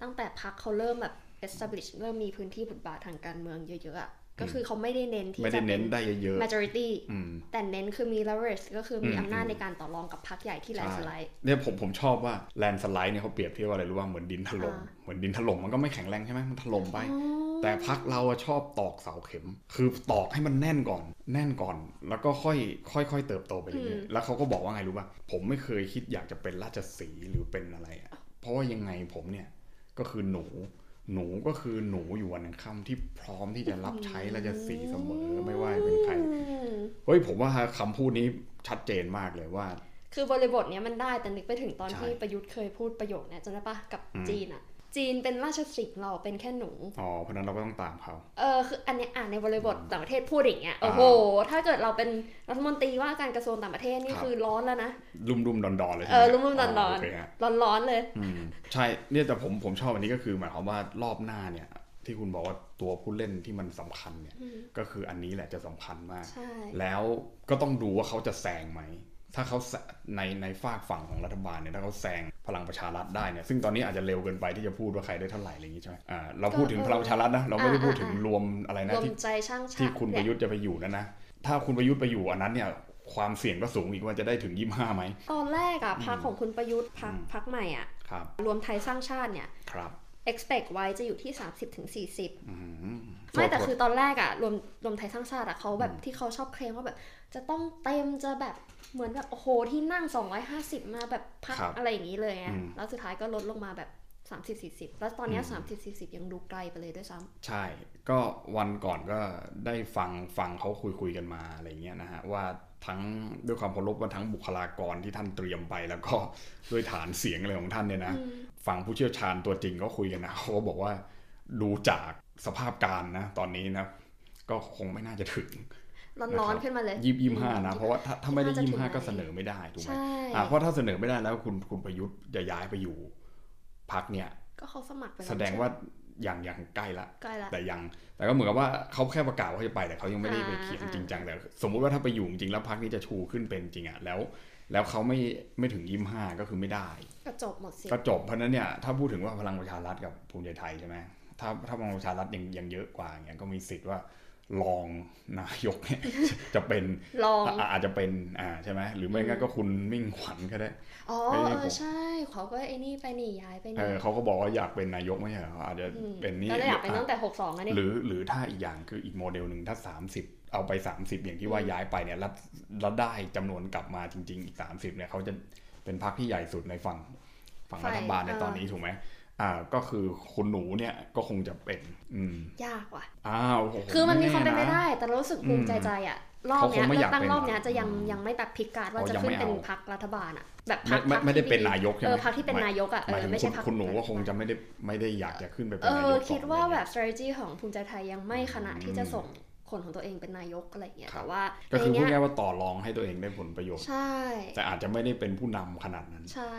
[SPEAKER 2] ตั้งแต่พักเขาเริ่มแบบ establish เริ่มมีพื้นที่บทบาททางการเมืองเยอะๆอะก็คือเขาไม่ได้เน้นที่
[SPEAKER 1] ไม่ได้
[SPEAKER 2] จะ
[SPEAKER 1] เน้น
[SPEAKER 2] ป็
[SPEAKER 1] ได้เยอะ
[SPEAKER 2] majority
[SPEAKER 1] ๆอืม
[SPEAKER 2] แต่เน้นคือมี leverage ก็คือมี
[SPEAKER 1] อืม
[SPEAKER 2] อำนาจ
[SPEAKER 1] อืม
[SPEAKER 2] ในการต่อรองกับพักใหญ่ที่แลนด์สไลด์
[SPEAKER 1] เนี่ยผมผมชอบว่าแลนด์สไลด์เนี่ยเขาเปรียบเทียบว่าอะไรรู้ว่าเหมือนดินถล่ม
[SPEAKER 2] อ่า
[SPEAKER 1] เหมือนดินถล่มมันก็ไม่แข็งแรงใช่ไหมมันถล่มไป
[SPEAKER 2] อ๋อ
[SPEAKER 1] แต่พักเราอะชอบตอกเสาเข็ม คือตอกให้มันแน่นก่อน แน่นก่อน แล้วก็ค่อยค่อยค่อยเติบโตไปเรื่อยๆแล้วเขาก็บอกว่าไงรู้ป่ะ ผมไม่เคยคิดอยากจะเป็นราชสีห์หรือเป็นอะไรอะเพราะว่ายังไงผมเนี่ย ก็คือหนู หนูก็คือหนูอยู่วันค่ำที่พร้อมที่จะรับใช้ราชสีห์เสมอ ไม่ว่าจะเป็นใคร เฮ้ยผมว่าคำพูดนี้ชัดเจนมากเลยว่า
[SPEAKER 2] คือบริบทเนี้ยมันได้แต่นึกไปถึงตอน
[SPEAKER 1] ใช่
[SPEAKER 2] ที่ประยุทธ์เคยพูดประโยคเนี้ยจำได้ปะกับ
[SPEAKER 1] อืม
[SPEAKER 2] จีนอะจีนเป็นราชสิงห์เราเป็นแค่หนู
[SPEAKER 1] อ๋อเพราะฉะนั้นเราก็ต้องตามเขา
[SPEAKER 2] เออคืออันเนี้ยอ่านในบริบทต่างประเทศพูดอย่างเงี้ยโอ้โห ถ้าเกิดเราเป็นรัฐมนตรีว่าการกระทรวงต่างประเทศนี่
[SPEAKER 1] ครับ
[SPEAKER 2] คือร้อนแล้วนะ
[SPEAKER 1] รุ่มรุมดอนดอนๆเลยใช่ไหม
[SPEAKER 2] เออรุ่มๆดอนๆ
[SPEAKER 1] โเคฮะ
[SPEAKER 2] ร้อนร้อนๆเลย
[SPEAKER 1] อืมใช่เนี่ยแต่ผมผมชอบอันนี้ก็คือหมายความว่ารอบหน้าเนี่ย ที่คุณบอกว่าตัวผู้เล่นที่มันสำคัญเนี่ย
[SPEAKER 2] อืม
[SPEAKER 1] ก็คืออันนี้แหละจะสำคัญมาก
[SPEAKER 2] ใช่
[SPEAKER 1] แล้วก็ต้องดูว่าเขาจะแซงไหม ถ้าเขาแซในในฝากฝั่งของรัฐบาลเนี่ยถ้าเขาแซงพลังประชารัฐได้เนี่ยซึ่งตอนนี้อาจจะเร็วเกินไปที่จะพูดว่าใครได้เท่าไหร่อะไรอย่างงี้ใช่ไหมอ่าเราพูดถึงพลังประชารัฐนะเราไม่ได้พูดถึงรวมอะไร
[SPEAKER 2] ร
[SPEAKER 1] นะ
[SPEAKER 2] วม
[SPEAKER 1] ที่
[SPEAKER 2] ใจช่างชาติ
[SPEAKER 1] ที่คุณประ
[SPEAKER 2] เนี่ย
[SPEAKER 1] ยุทธ์จะไปอยู่นั้นนะ ถ้าคุณประยุทธ์ไปอยู่อันนั้นเนี่ย ความเสี่ยงก็สูงอีกว่าจะได้ถึงยี่ห้าไหม
[SPEAKER 2] ตอนแรกอะพัก
[SPEAKER 1] อืม
[SPEAKER 2] ของคุณประยุทธ์พัก
[SPEAKER 1] อืม
[SPEAKER 2] พักใหม่อะ
[SPEAKER 1] ครับ
[SPEAKER 2] รวมไทยสร้างชาติเนี่ย
[SPEAKER 1] ครับ
[SPEAKER 2] expect ไว้จะอยู่ที่ 30-40ถึง40
[SPEAKER 1] อืม
[SPEAKER 2] ไม่แต่
[SPEAKER 1] โทษ
[SPEAKER 2] คือตอนแรกอะรวมรวมไทยสร้างชาติอะเขาแบบ
[SPEAKER 1] อืม
[SPEAKER 2] ที่เขาชอบเคลมว่าแบบ จะต้องเต็มจะแบบเหมือนแบบโอ้โหที่นั่ง 250 มาแบบพักอะไรอย่างนี้เลยไงแล้วสุดท้ายก็ลดลงมาแบบ 30-40 แล้วตอนเนี้ย30-40 ยังดูไกลไปเลยด้วยซ้
[SPEAKER 1] ใช่ ก็วันก่อนก็ได้ฟังฟังเขาคุยคุยกันมาอะไรเงี้ยนะฮะว่าทั้งด้วยความเคารพว่าทั้งบุคลากรที่ท่านเตรียมไปแล้วก็ด้วยฐานเสียงอะไรของท่านเนี่ยนะ
[SPEAKER 2] ำ
[SPEAKER 1] ฝั่งผู้เชี่ยวชาญตัวจริงก็คุยกันนะเขาก็บอกว่าดูจากสภาพการณ์นะตอนนี้นะ ก็คงไม่น่าจะถึง
[SPEAKER 2] ร้อน
[SPEAKER 1] นะครับ
[SPEAKER 2] ๆขึ้นมาเลย
[SPEAKER 1] ยี่ยี่ห้านะ เพราะว่าถ้าถ้าไม่ได้
[SPEAKER 2] 25
[SPEAKER 1] ยี่ห้า
[SPEAKER 2] จะถึงไหน
[SPEAKER 1] ก็เสนอไม่ได้ถูกไหม
[SPEAKER 2] ใช่
[SPEAKER 1] อ่าเพราะถ้าเสนอไม่ได้แล้วคุณคุณประยุทธ์จะย้ายไปอยู่พักเนี่ย
[SPEAKER 2] ก็เขาสมัครไปล้
[SPEAKER 1] แสดงว่าอย่างอย่างใกล้ละ
[SPEAKER 2] ใกล้ละ
[SPEAKER 1] แต่ยังแต่ก็เหมือนกับว่าเขาแค่ประกาศว่าเขาจะไปแต่เขายังไม่ได้ไป
[SPEAKER 2] อ่า
[SPEAKER 1] เขียน
[SPEAKER 2] อ่า
[SPEAKER 1] จริงจังแต่สมมุติว่าถ้าไปอยู่จริงๆแล้วพักนี้จะชูขึ้นเป็นจริงอ่ะแล้ว แล้วเขาไม่ไม่ถึงยี่ห้าก็คือไม่ได้
[SPEAKER 2] ก็จบหมดสิท
[SPEAKER 1] ก็
[SPEAKER 2] ธิ์
[SPEAKER 1] จบเพราะฉะนั้นเนี่ยถ้าพูดถึงว่าพลังประชารัฐกับภูมิใจไทยใช่ไหมถ้าถ้าพลังประชารัฐยังยังเยอะกว่าอย่างเงี้ยก็มีสิทธิ์ว่าลองน ายกเนี่ยจะเป็น
[SPEAKER 2] ลอง
[SPEAKER 1] อ่ะอ่ะอาจจะเป็นอ่าใช่ไหมหรือไม่
[SPEAKER 2] อืม
[SPEAKER 1] งั้นก็คุณมิ่งขวัญก็ได้
[SPEAKER 2] อ๋อ
[SPEAKER 1] ไอ้นี่
[SPEAKER 2] เอ
[SPEAKER 1] ผ
[SPEAKER 2] อ
[SPEAKER 1] ม
[SPEAKER 2] ใช่ เขาก็ไอ้นี่ไปนี่ย้ายไป
[SPEAKER 1] เอ
[SPEAKER 2] นี่
[SPEAKER 1] อเขาก็บอกว่าอยากเป็นนายกไม่ใช่เหรออาจจะ
[SPEAKER 2] อืม
[SPEAKER 1] เป็นนี่
[SPEAKER 2] แล้วเราอยากไปตั้ง
[SPEAKER 1] อ่ะ
[SPEAKER 2] แต่62อันนี้
[SPEAKER 1] หรือหรือถ้าอีกอย่างคืออีกโมเดลหนึ่งถ้า 30 เอาไป 30 อย่างที่ว่า
[SPEAKER 2] อืม
[SPEAKER 1] ย้ายไปเนี่ยแล้วแล้วได้จำนวนกลับมาจริง ๆ อีก 30เนี่ยเขาจะเป็นพรรคที่ใหญ่สุดในฝั่งฝั่งรัฐบาลในตอนนี้ถูกไหมอ่าก็คือคุณหนูเนี่ยก็คงจะเป็นอืม
[SPEAKER 2] ยากว่ะ
[SPEAKER 1] อ้าวโโห
[SPEAKER 2] คือมันมีความเป็นไป
[SPEAKER 1] แะ
[SPEAKER 2] ได้ แต่เรารู้สึกภูมิใจใจอะรอบ
[SPEAKER 1] เขาคง
[SPEAKER 2] เนี้ย
[SPEAKER 1] ไม่
[SPEAKER 2] เลือย
[SPEAKER 1] อาก
[SPEAKER 2] กตั้ง
[SPEAKER 1] เป็น
[SPEAKER 2] รอบเนี้ย
[SPEAKER 1] หรอก
[SPEAKER 2] จะยังยังไม่ตัดพิกการดว่า
[SPEAKER 1] อ๋อ
[SPEAKER 2] จะ
[SPEAKER 1] ยัง
[SPEAKER 2] ขึ้
[SPEAKER 1] ไม่
[SPEAKER 2] นเป็น
[SPEAKER 1] เอา
[SPEAKER 2] พรรครัฐบาลอะแบบพร
[SPEAKER 1] ไม่
[SPEAKER 2] รค
[SPEAKER 1] ไม่ไม่ได้เป็น
[SPEAKER 2] ที่
[SPEAKER 1] นายกใช่ไหม
[SPEAKER 2] เออพรรคที่เป็น
[SPEAKER 1] ไม่
[SPEAKER 2] นายกอะ
[SPEAKER 1] ห
[SPEAKER 2] เอ
[SPEAKER 1] มาย
[SPEAKER 2] อ
[SPEAKER 1] ถึง
[SPEAKER 2] ไม่
[SPEAKER 1] คุ
[SPEAKER 2] ใช่
[SPEAKER 1] ณ
[SPEAKER 2] พรรค
[SPEAKER 1] คุณหนูก็คง
[SPEAKER 2] รัฐบาล
[SPEAKER 1] จะไม่ได้ไม่ได้อยากจะขึ้นไปเป็
[SPEAKER 2] เอน
[SPEAKER 1] นายก
[SPEAKER 2] อ
[SPEAKER 1] ต่อ
[SPEAKER 2] คิดว่า
[SPEAKER 1] อะไร
[SPEAKER 2] แบ
[SPEAKER 1] เงี้ย
[SPEAKER 2] บ strategy ของภูมิใจไทยยังไม่ขนาดที่จะ
[SPEAKER 1] อืม
[SPEAKER 2] ส่งคนของตัวเองเป็นนายกอะไรอย่างเงี้ย
[SPEAKER 1] ครับ
[SPEAKER 2] แต่ว่า
[SPEAKER 1] ก็คือ
[SPEAKER 2] ใน
[SPEAKER 1] พูด
[SPEAKER 2] เนี้ย
[SPEAKER 1] ง่ายๆว่าต่อรองให้ตัวเองได้ผลประโยชน์
[SPEAKER 2] ใช่
[SPEAKER 1] แต่อาจจะไม่ได้เป็นผู้นำขนาดนั้น
[SPEAKER 2] ใช่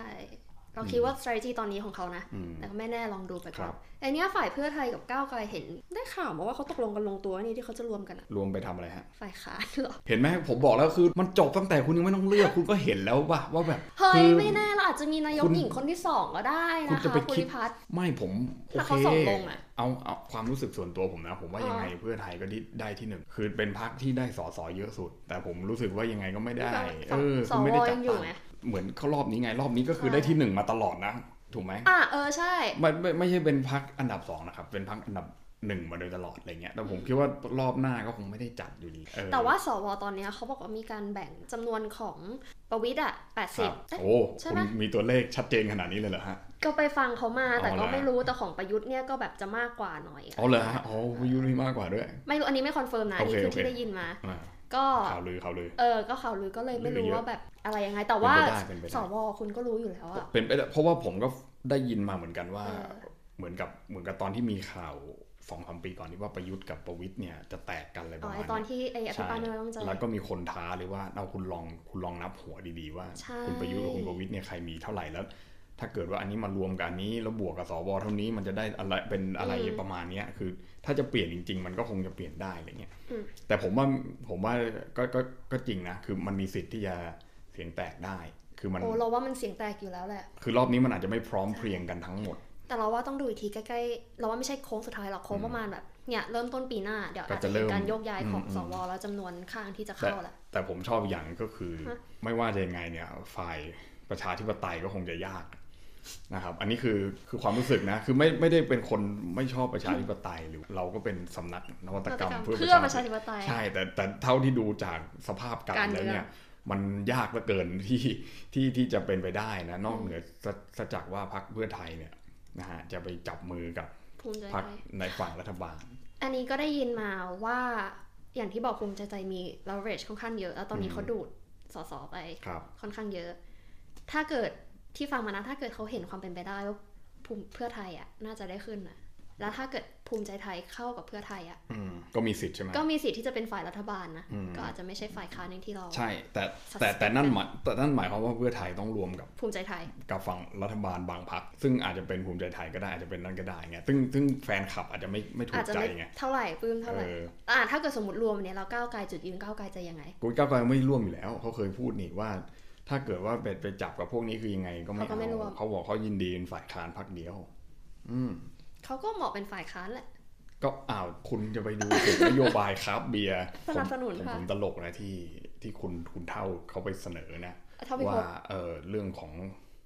[SPEAKER 2] เราคิดว่า strategy ตอนนี้ของเขานะ
[SPEAKER 1] อืม
[SPEAKER 2] แต่ก็ไม่แน่ลองดูไป
[SPEAKER 1] ค
[SPEAKER 2] ก่
[SPEAKER 1] รั
[SPEAKER 2] อน
[SPEAKER 1] บ
[SPEAKER 2] ไอเนี้ยฝ่ายเพื่อไทยกับก้าวไกลเห็นได้ข่าวมาว่าเขาตกลงกันลงตัวนี่ที่เขาจะรวมกันอะ
[SPEAKER 1] รวมไปทำอะไรฮะ
[SPEAKER 2] ฝ่ายค้านเหรอ
[SPEAKER 1] เห็นไหมผมบอกแล้วคือมันจบตั้งแต่คุณยังไม่ต้องเลือก คุณก็เห็นแล้วว่าว่าแบบ
[SPEAKER 2] เฮ้
[SPEAKER 1] คื
[SPEAKER 2] ยไม่แน่เราอาจจะมีนายก
[SPEAKER 1] คุณ
[SPEAKER 2] หญิงคนที่สองก็ได้
[SPEAKER 1] คุ
[SPEAKER 2] นะ
[SPEAKER 1] ณจะ
[SPEAKER 2] คะ
[SPEAKER 1] ไป
[SPEAKER 2] คุณ
[SPEAKER 1] คิด
[SPEAKER 2] พิพัฒน์
[SPEAKER 1] ไม่ผมโอ
[SPEAKER 2] ถ้า
[SPEAKER 1] เค
[SPEAKER 2] เขาส่งลงอะ
[SPEAKER 1] เอาเอาความรู้สึกส่วนตัวผมนะ ผมว่ายังไงเพื่อไทยก็ได้ได้ที่หนึ่งคือเป็นพรรคที่ได้สสเยอะสุด แต่ผมรู้สึกว่ายังไงก็ไม่ได้
[SPEAKER 2] ส
[SPEAKER 1] เออ
[SPEAKER 2] ว
[SPEAKER 1] คุณไม่ได้
[SPEAKER 2] สว
[SPEAKER 1] จั
[SPEAKER 2] ยั
[SPEAKER 1] บ
[SPEAKER 2] งอยู่
[SPEAKER 1] ตา
[SPEAKER 2] ไง
[SPEAKER 1] เหมือนเขารอบนี้ไงรอบนี้ก็คือได้ที่หนึ่งมาตลอดนะถูกไหม
[SPEAKER 2] อ่ะเออใช่
[SPEAKER 1] ไม่ไม่ไม่ใช่เป็นพักอันดับสองนะครับ เป็นพักอันดับหนึ่งมาโดยตลอดอะไรเงี้ยแต่ผมคิดว่ารอบหน้าก็คงไม่ได้จัดอยู่ดีเออ
[SPEAKER 2] แต่ว่าสวตอนเนี้ยเขาบอกว่ามีการแบ่งจำนวนของประวิทย์อ่ะแปด
[SPEAKER 1] ค
[SPEAKER 2] สิ
[SPEAKER 1] รั
[SPEAKER 2] บบ เอ๊ะ
[SPEAKER 1] โอ้
[SPEAKER 2] ใช่
[SPEAKER 1] คุ
[SPEAKER 2] ไหม
[SPEAKER 1] ณมีตัวเลขชัดเจนขนาดนี้เลยเหรอฮะ
[SPEAKER 2] ก็ไปฟังเขามาแต่
[SPEAKER 1] เอา
[SPEAKER 2] ก็
[SPEAKER 1] ละ
[SPEAKER 2] ไม่รู้แต่ของประยุทธ์เนี่ยก็แบบจะมากกว่าหน่อยอะ
[SPEAKER 1] เอาเลยฮะโอ้วิวนี่มากกว่าด้วย
[SPEAKER 2] ไม่รู้อันนี้ไม่คอนเฟิร์มนะอันนี้
[SPEAKER 1] โอเค
[SPEAKER 2] คือที่
[SPEAKER 1] โอเค
[SPEAKER 2] ได้ยินมา
[SPEAKER 1] อ่า
[SPEAKER 2] ก็
[SPEAKER 1] ข่าวลือข่าวลือ
[SPEAKER 2] เออก็ข่าวลือก็เลยไม่
[SPEAKER 1] ลือ
[SPEAKER 2] รู้
[SPEAKER 1] เยอะ
[SPEAKER 2] ว่าแบบอะไรยังไงแต่ว่า
[SPEAKER 1] เป็นไปได้เป็นไปได้
[SPEAKER 2] สวคุณก็รู้อยู่แล้วอ่ะ
[SPEAKER 1] เป็นไปได้เพราะว่าผมก็ได้ยินมาเหมือนกันว่า
[SPEAKER 2] เออ
[SPEAKER 1] เหมือนกับเหมือนกับตอนที่มีข่าวสองสามปีก่อนที่ว่าประยุทธ์กับประวิทย์เนี่ยจะแตกกันอะไรป
[SPEAKER 2] อ๋
[SPEAKER 1] ระ
[SPEAKER 2] อ
[SPEAKER 1] มาณเนี้
[SPEAKER 2] ไอ
[SPEAKER 1] ย
[SPEAKER 2] ตอนที่ไออภิปรายไม่ไว้วางใจ
[SPEAKER 1] แล้วก็มีคนท้าเลยว่าเอาคุณลองคุณลองนับหัวดีๆว่า
[SPEAKER 2] ใช่
[SPEAKER 1] คุณประยุทธ์กับคุณประวิทย์เนี่ยใครมีเท่าไหร่แล้ว ถ้าเกิดว่าอันนี้มารวมกับอันนี้แล้วบวกกับสวเท่านี้มันจะได้อะไรเป็นอะไรประมาณเนี้ยคือ ถ้าจะเปลี่ยนจริง ๆ มันก็คงจะเปลี่ยนได้อะไรเงี้ย
[SPEAKER 2] อืม
[SPEAKER 1] แต่ผมว่าผมว่าก็ก็ก็จริงนะคือมันมีสิทธิ์ที่จะเสียงแตกได้ คือมัน
[SPEAKER 2] โอ้เราว่ามันเสียงแตกอยู่แล้วแหละ
[SPEAKER 1] คือรอบนี้มันอาจจะไม่พร้อมเพรียงกันทั้งหมด
[SPEAKER 2] แต่เราว่าต้องดูอีกทีใกล้ๆ เราว่าไม่ใช่โค้งสุดท้ายหรอกโค้งประมาณแบบเนี่ยเริ่มต้นปีหน้าเดี๋ยว
[SPEAKER 1] ก็
[SPEAKER 2] อาจ
[SPEAKER 1] จะ
[SPEAKER 2] จะ
[SPEAKER 1] เริ่
[SPEAKER 2] เห็
[SPEAKER 1] ม
[SPEAKER 2] นการโยกย้ายของ
[SPEAKER 1] อืม
[SPEAKER 2] สวแล้วจำนวนข้างที่จะเข้าแหละ
[SPEAKER 1] แต่ผมชอบอย่างก็คือ
[SPEAKER 2] ฮะ
[SPEAKER 1] ไม่ว่าจะยังไงเนี่ยฝ่ายประชาธิปไตยก็คงจะยากนะครับ อันนี้คือคือความรู้สึกนะ คือไม่ไม่ได้เป็นคนไม่ชอบประชาธิปไตยหรือเราก็เป็นสำนักนวัตกรรมเพื่อ
[SPEAKER 2] เพื่อ
[SPEAKER 1] ป
[SPEAKER 2] ประ ระ
[SPEAKER 1] ชา
[SPEAKER 2] ชา
[SPEAKER 1] ธิปไตย
[SPEAKER 2] ธิปไตย
[SPEAKER 1] ใช่แต่แต่เท่าที่ดูจากสภาพการ
[SPEAKER 2] การ
[SPEAKER 1] แล้วเนี่ย
[SPEAKER 2] เมื
[SPEAKER 1] มันยากเหลือเกินที่ที่ที่จะเป็นไปได้นะ นอกเหนือซะซะจากว่าพรรคเพื่อไทยเนี่ยนะฮะจะไปจับมือกับ
[SPEAKER 2] ภูมิใจ
[SPEAKER 1] พรรค
[SPEAKER 2] ไทย
[SPEAKER 1] ในฝั่งรัฐบาล
[SPEAKER 2] อันนี้ก็ได้ยินมาว่าอย่างที่บอกภูมิใจใจมี leverage ค่อนข้างเยอะ แล้วตอนนี้
[SPEAKER 1] อืม
[SPEAKER 2] เขาดูดสสไป
[SPEAKER 1] ครับ
[SPEAKER 2] ค่อนข้างเยอะ ถ้าเกิดที่ฟังมานะถ้าเกิดเขาเห็นความเป็นไปได้ว่าภูมิเพื่อไทยอ่ะน่าจะได้ขึ้นนะแล้วถ้าเกิดภูมิใจไทยเข้ากับเพื่อไทยอ่ะ
[SPEAKER 1] อืมก็มีสิทธิ์ใช่ไหม
[SPEAKER 2] ก็มีสิทธิ์ที่จะเป็นฝ่ายรัฐบาลนะ
[SPEAKER 1] อืม
[SPEAKER 2] ก็อาจจะไม่ใช่ฝ่ายค้านอย่างที่เรา
[SPEAKER 1] ใช่ แต่แต่แต่นั่นหมายแต่นั่นหมายความว่าเพื่อไทยต้องรวมกับ
[SPEAKER 2] ภูมิใจไทย
[SPEAKER 1] กับฝั่งรัฐบาลบางพรรคซึ่งอาจจะเป็นภูมิใจไทยก็ได้อาจจะเป็นนั่นก็ได้ไงซึ่งซึ่งแฟนคลับอาจจะไม่ไม่ถู
[SPEAKER 2] อาก จจะ
[SPEAKER 1] ใจ
[SPEAKER 2] ไม่
[SPEAKER 1] ไง
[SPEAKER 2] เท่าไหร่ปลื้ม
[SPEAKER 1] เอ
[SPEAKER 2] เท่าไหร่
[SPEAKER 1] อ
[SPEAKER 2] อ่าถ้าเกิดสมมติรวมเนี่ยเราก้าวไกลจุดยืนก้าวไกลจะยังไง
[SPEAKER 1] กูก้าวไกลไม่ร่วมอยู่แล้ว เขาเคยพูดนี่ว่า ถ้าเกิดว่าไปไปจับกับพวกนี้คือยังไงก็ไม่
[SPEAKER 2] เขาก็ไม่ร่วม
[SPEAKER 1] เอาเขาบอกเขายินดีเป็นฝ่ายค้านพักเดียว อืม
[SPEAKER 2] เขาก็เหมาะเป็นฝ่ายค้านแหละ
[SPEAKER 1] ก็อ้าวคุณจะไปดูถึงนโยบายครับเบียร์
[SPEAKER 2] สนับสนุน
[SPEAKER 1] ผมผม
[SPEAKER 2] ค่ะ
[SPEAKER 1] ผมตลกนะที่ที่คุณคุณเท่าเขาไปเสนอนะ
[SPEAKER 2] เท่าพิภ
[SPEAKER 1] ว่า
[SPEAKER 2] พ
[SPEAKER 1] เออเรื่องของ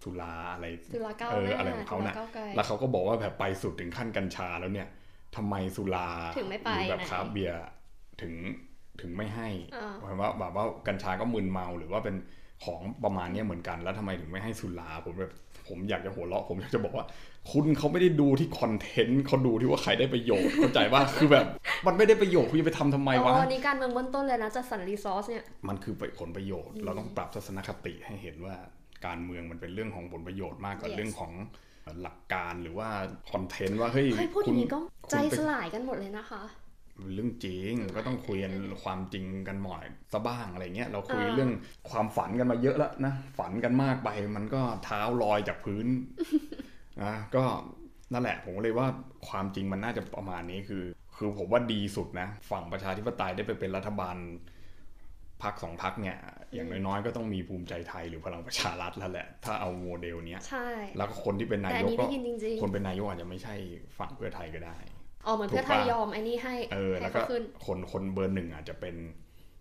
[SPEAKER 1] สุราอะไร
[SPEAKER 2] จุฬาเก้าว
[SPEAKER 1] เอ
[SPEAKER 2] ห
[SPEAKER 1] อ
[SPEAKER 2] น้า
[SPEAKER 1] อะไรของ
[SPEAKER 2] จุ
[SPEAKER 1] เขา
[SPEAKER 2] ฬา
[SPEAKER 1] นะ
[SPEAKER 2] เก้าวไกล
[SPEAKER 1] แล้วเขาก็บอกว่าแบบไปสุดถึงขั้นกัญชาแล้วเนี่ยทำไมสุรา
[SPEAKER 2] ถึงไม่
[SPEAKER 1] ห
[SPEAKER 2] ไป
[SPEAKER 1] รือแบบ
[SPEAKER 2] ไหน
[SPEAKER 1] คราฟต์เบียร์ถึงถึงไม่ให้
[SPEAKER 2] อ่า
[SPEAKER 1] เพราะว่าแบบว่ากัญชาก็มึนเมาหรือว่าเป็นของประมาณเนี้ยเหมือนกัน แล้วทำไมถึงไม่ให้สุราผมแบบผมอยากจะหัวเราะผมอยากจะบอกว่า คุณเขาไม่ได้ดูที่คอนเทนต์เขาดูที่ว่าใครได้ประโยชน์เข้าใจว่าคือแบบมันไม่ได้ประโยชน์คุณจะไปทำทำไมวะ
[SPEAKER 2] อ๋ออันนี้การเมืองเบื้องต้นเลยนะจัดสรรรีซอสเนี่ย
[SPEAKER 1] มันคือผลประโยชน์ เราต้องปรับทัศนคติให้เห็นว่าการเมืองมันเป็นเรื่องของผลประโยชน์มากกว่า
[SPEAKER 2] Yes
[SPEAKER 1] เรื่องของหลักการหรือว่าคอนเทนต์ว่าเฮ้ย
[SPEAKER 2] เฮ้ยพูดอ
[SPEAKER 1] คุณ
[SPEAKER 2] ย่างนี้ก็ใจ
[SPEAKER 1] คุณไป
[SPEAKER 2] สลายกันหมดเลยนะคะ
[SPEAKER 1] เรื่องจริงก็ต้องคุยกันความจริงกันหน่อยซะบ้างอะไรเงี้ยเราคุย
[SPEAKER 2] อ่า
[SPEAKER 1] เรื่องความฝันกันมาเยอะแล้วนะฝันกันมากไปมันก็เท้าลอยจากพื้น นะก็นั่นแหละผมก็เลยว่าความจริงมันน่าจะประมาณนี้คือ คือผมว่าดีสุดนะ ฝั่งประชาธิปไตยได้ไปเป็นรัฐบาลพักสองพักเนี่ย อย่างน้อยๆก็ต้องมีภูมิใจไทยหรือพลังประชารัฐแล้วแหละ ถ้าเอาโมเดลเนี้ย
[SPEAKER 2] ใช่
[SPEAKER 1] แล้วก็คนที่เป็นนา
[SPEAKER 2] แต่อั
[SPEAKER 1] ย
[SPEAKER 2] น
[SPEAKER 1] ก
[SPEAKER 2] นี้
[SPEAKER 1] ก็
[SPEAKER 2] ได้ยินจริง
[SPEAKER 1] คนเป็นนายกอาจจะไม่ใช่ฝั่งเพื่อไทยก็ได้
[SPEAKER 2] ๆอ๋อเหมือนเพื่อไทย
[SPEAKER 1] ถูกปะ
[SPEAKER 2] ยอมไอ้นี่ให้
[SPEAKER 1] เออ
[SPEAKER 2] ให้
[SPEAKER 1] แล้วก็
[SPEAKER 2] เขาขึ้น
[SPEAKER 1] คนคนเบอร์หนึ่งอาจจะเป็น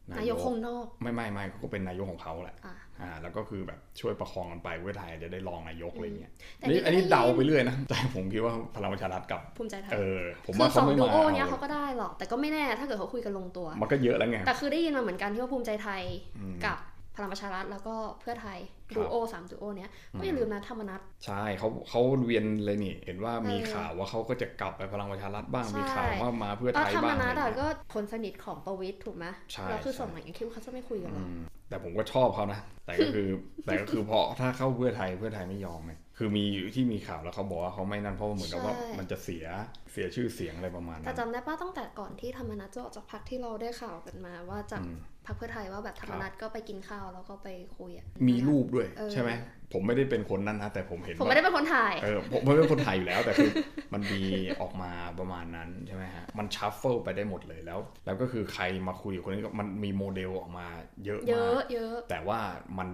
[SPEAKER 1] นาน
[SPEAKER 2] าย ย
[SPEAKER 1] ก
[SPEAKER 2] กคงนอก
[SPEAKER 1] ไม่ไม่ไม่เขาก็เป็นนายกของเขาแหละ
[SPEAKER 2] อ่ะ
[SPEAKER 1] อ่า แล้วก็คือแบบช่วยประคองกันไปเพื่อไทยจะได้รองนายกอะไรเงี้ย
[SPEAKER 2] แต่
[SPEAKER 1] อันนี้
[SPEAKER 2] นี่ก็
[SPEAKER 1] อันนี้
[SPEAKER 2] ได้ยิน
[SPEAKER 1] เดาไปเรื่อยนะแต่ผมคิดว่าพลังประชารัฐกับ
[SPEAKER 2] ภูมิใจไทย
[SPEAKER 1] เออผม
[SPEAKER 2] คื
[SPEAKER 1] ว่า
[SPEAKER 2] อส
[SPEAKER 1] เขา
[SPEAKER 2] อง
[SPEAKER 1] ไม่
[SPEAKER 2] ดู
[SPEAKER 1] มา
[SPEAKER 2] โอเนี้ย
[SPEAKER 1] เอา
[SPEAKER 2] เขาก็ได้หรอก แต่ก็ไม่แน่ถ้าเกิดเขาคุยกันลงตัว
[SPEAKER 1] มันก็เยอะแล้วไง
[SPEAKER 2] แต่คือได้ยินมาเหมือนกันที่ว่าภูมิใจไทย
[SPEAKER 1] อืม
[SPEAKER 2] กับพลังประชารัฐแล้วก็เพื่อไทย
[SPEAKER 1] ครับ
[SPEAKER 2] ดูโอสามดูโอเนี้ยก็อย่าลืมนะธรรมนัต
[SPEAKER 1] ใช่เขาเขาเวียนเลยนี่ เห็นว่ามี
[SPEAKER 2] เออ
[SPEAKER 1] ข่าวว่าเขาก็จะกลับไปพลังประชารัฐบ้าง
[SPEAKER 2] ใช่
[SPEAKER 1] มีข่าวว่ามาเพื่อ
[SPEAKER 2] ก็
[SPEAKER 1] ไทย
[SPEAKER 2] ธรรม
[SPEAKER 1] บ้าง
[SPEAKER 2] นัต
[SPEAKER 1] อะไร
[SPEAKER 2] อะ
[SPEAKER 1] เงี้ย
[SPEAKER 2] ก็คนสนิทของประวิตยถูกไหม
[SPEAKER 1] ใช่
[SPEAKER 2] แล้วคือ
[SPEAKER 1] ใช่
[SPEAKER 2] สมัยอย่างคิดวาเขาจะไม่คุยกันหร
[SPEAKER 1] อื
[SPEAKER 2] อก
[SPEAKER 1] มแต่ผมก็ชอบเขานะ แต่ก็คือ แต่ก็คือเพราะถ้าเข้าเพื่อไทยเพื่อไทยไม่ยอมไงคือมีที่มีข่าวแล้วเขาบอกว่าเขาไม่นั่นเพราะว่าเหมือนกับว่ามันจะเสียเสียชื่อเสียงอะไรประมาณ
[SPEAKER 2] แต่
[SPEAKER 1] นั้น
[SPEAKER 2] จำได้ป่ะตั้งแต่ก่อนที่ธรรมนัตจะออกจากพรรคที่เราได้ข่าวกันมา ว่าจาก
[SPEAKER 1] อืม
[SPEAKER 2] พรรคเพื่อไทยว่าแบบธรรมนัตก็ไปกินข้าวแล้วก็ไปคุยอะ
[SPEAKER 1] มีรูปด้วย
[SPEAKER 2] เออ
[SPEAKER 1] ใช่ไหมผมไม่ได้เป็นคนนั้นนะแต่ผมเห็น
[SPEAKER 2] ผม
[SPEAKER 1] ว่า
[SPEAKER 2] ไม่ได้เป็นคนถ่าย
[SPEAKER 1] เออผมผมไม่เป็นคนไทยอยู่แล้วแต่คือ มันมีออกมาประมาณนั้นใช่ไหมฮะ มันชัฟเฟิลไปได้หมดเลยแล้ว แล้วก็คือใครมาคุยกับคนนี้ก็มันมีโมเดลออกมาเยอะ
[SPEAKER 2] เย
[SPEAKER 1] มา
[SPEAKER 2] อะ
[SPEAKER 1] ก
[SPEAKER 2] เยอะ
[SPEAKER 1] แต่ว่ามัน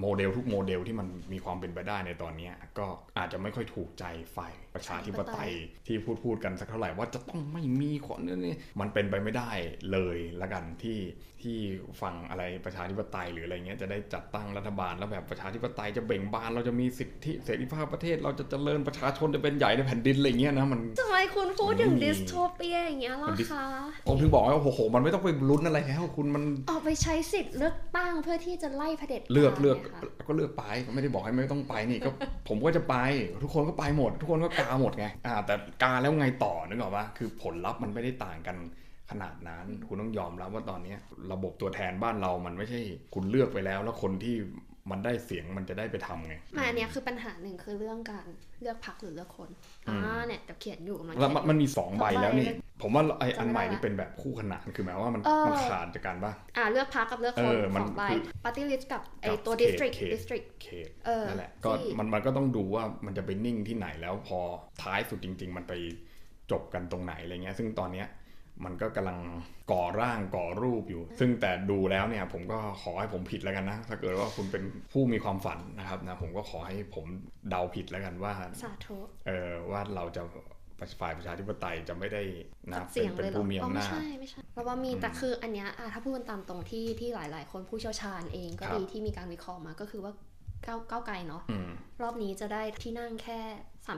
[SPEAKER 1] โมเดลทุกโมเดลที่มันมีความเป็นไปได้ในตอนเนี้ยก็อาจจะไม่ค่อยถูกใจฝ่ายประชาธิปไตยที่พูดพูดกันสักเท่าไหร่ว่าจะต้องไม่มีคนนั้นนี่มันเป็นไปไม่ได้เลยละกันที่ที่ฝั่งอะไรประชาธิปไตยหรืออะไรเงี้ยจะได้จัดตั้งรัฐบาลแล้วแบบประชาธิปไตยจะเบ่งบานเราจะมีสิทธิเสรีภาพประเทศ เราจะเจริญประชาชนจะเป็นใหญ่ในแผ่นดินอะไรเงี้ยนะมัน
[SPEAKER 2] ทำไมคุณพูดถึง
[SPEAKER 1] มันไม่มี
[SPEAKER 2] ดิสโทเปียอย่างเงี้ย
[SPEAKER 1] มั
[SPEAKER 2] ล่ะ
[SPEAKER 1] นดิส
[SPEAKER 2] คะ
[SPEAKER 1] ผมถึงบอกว่าโอ้โหมันไม่ต้องไปลุ้นอะไรแล้วคุณมัน
[SPEAKER 2] ออกไปใช้สิทธิ์เลือกตั้งเพื่อที่จะไล่เผด็จาร
[SPEAKER 1] เลือกเลือก
[SPEAKER 2] ค่ะ
[SPEAKER 1] ก็เลือกไปก็ไม่ได้บอกให้ไม่ต้องไปนี่ก็ ผมก็จะไป ทุกคนก็ไปหมด ทุกคนก็กาหมดไงอ่าแต่กาแล้วไงต่อนึกออกปะคือผลลัพธ์มันไม่ได้ต่างกันขนาดนั้น คุณต้องยอมรับว่าตอนเนี้ยระบบตัวแทนบ้านเรามันไม่ใช่ คุณเลือกไปแล้ว แล้วคนที่มันได้เสียงมันจะได้ไปทำไง
[SPEAKER 2] มาอันเนี้ยคือปัญหาหนึ่งคือเรื่องการเลือกพักหรือเลือกคน
[SPEAKER 1] อืม
[SPEAKER 2] อ่าเนี่ยแต่เขียนอยู่มัน
[SPEAKER 1] แล้ว
[SPEAKER 2] เขีย
[SPEAKER 1] มัน
[SPEAKER 2] น
[SPEAKER 1] มันมีสองใบแล้วนี่
[SPEAKER 2] สองใ
[SPEAKER 1] ผมว่าไออันใหม่
[SPEAKER 2] จำไม่ได้
[SPEAKER 1] นี่เป็นแบบคู่ขนานคือหมายว่ามัน
[SPEAKER 2] เออ
[SPEAKER 1] มันขาดจากกันปะ
[SPEAKER 2] อ่าเลือกพักกับเลือกคน
[SPEAKER 1] เออมั
[SPEAKER 2] ส
[SPEAKER 1] น
[SPEAKER 2] องใบ
[SPEAKER 1] คือ
[SPEAKER 2] ปาร์ตี้ลิสต์กับไอ
[SPEAKER 1] กับ
[SPEAKER 2] ตัว
[SPEAKER 1] เขต
[SPEAKER 2] ดิสตริก
[SPEAKER 1] เขต
[SPEAKER 2] ดิสตริก
[SPEAKER 1] เคส
[SPEAKER 2] เออ
[SPEAKER 1] นั่นแหละก็
[SPEAKER 2] ที่
[SPEAKER 1] มันมันก็ต้องดูว่ามันจะไปนิ่งที่ไหนแล้วพอท้ายสุดจริง ๆ มันไปจบกันตรงไหนอะไรเงี้ย ซึ่งตอนเนี้ยมันก็กำลังก่อร่างก่อรูปอยู่ ซึ่งแต่ดูแล้วเนี่ยผมก็ขอให้ผมผิดแล้วกันนะ ถ้าเกิดว่าคุณเป็นผู้มีความฝันนะครับนะผมก็ขอให้ผมเดาผิดแล้วกันว่า
[SPEAKER 2] สาธุ
[SPEAKER 1] เออว่าเราจะฝ่ายประชาธิปไตยจะไม่ได้นะ
[SPEAKER 2] ตัด
[SPEAKER 1] เป็
[SPEAKER 2] เสี
[SPEAKER 1] น
[SPEAKER 2] ยง
[SPEAKER 1] เป็
[SPEAKER 2] เล
[SPEAKER 1] น
[SPEAKER 2] ยเหร
[SPEAKER 1] ผู้
[SPEAKER 2] อ
[SPEAKER 1] มี
[SPEAKER 2] อ๋อ
[SPEAKER 1] อำ
[SPEAKER 2] ไม่
[SPEAKER 1] นาจ
[SPEAKER 2] ใช่ไม่ใช่เพราะว่ามี
[SPEAKER 1] อืม
[SPEAKER 2] แต่คืออันเนี้ยอ่ะถ้าพูดกันตามตรงที่ที่หลาย ๆ คนผู้เชี่ยวชาญเองก็
[SPEAKER 1] ครับ
[SPEAKER 2] ดีที่มีการวิเคราะห์มาก็คือว่าก้าวก้าวไกลเนาะ
[SPEAKER 1] อืม
[SPEAKER 2] รอบนี้จะได้ที่นั่งแค่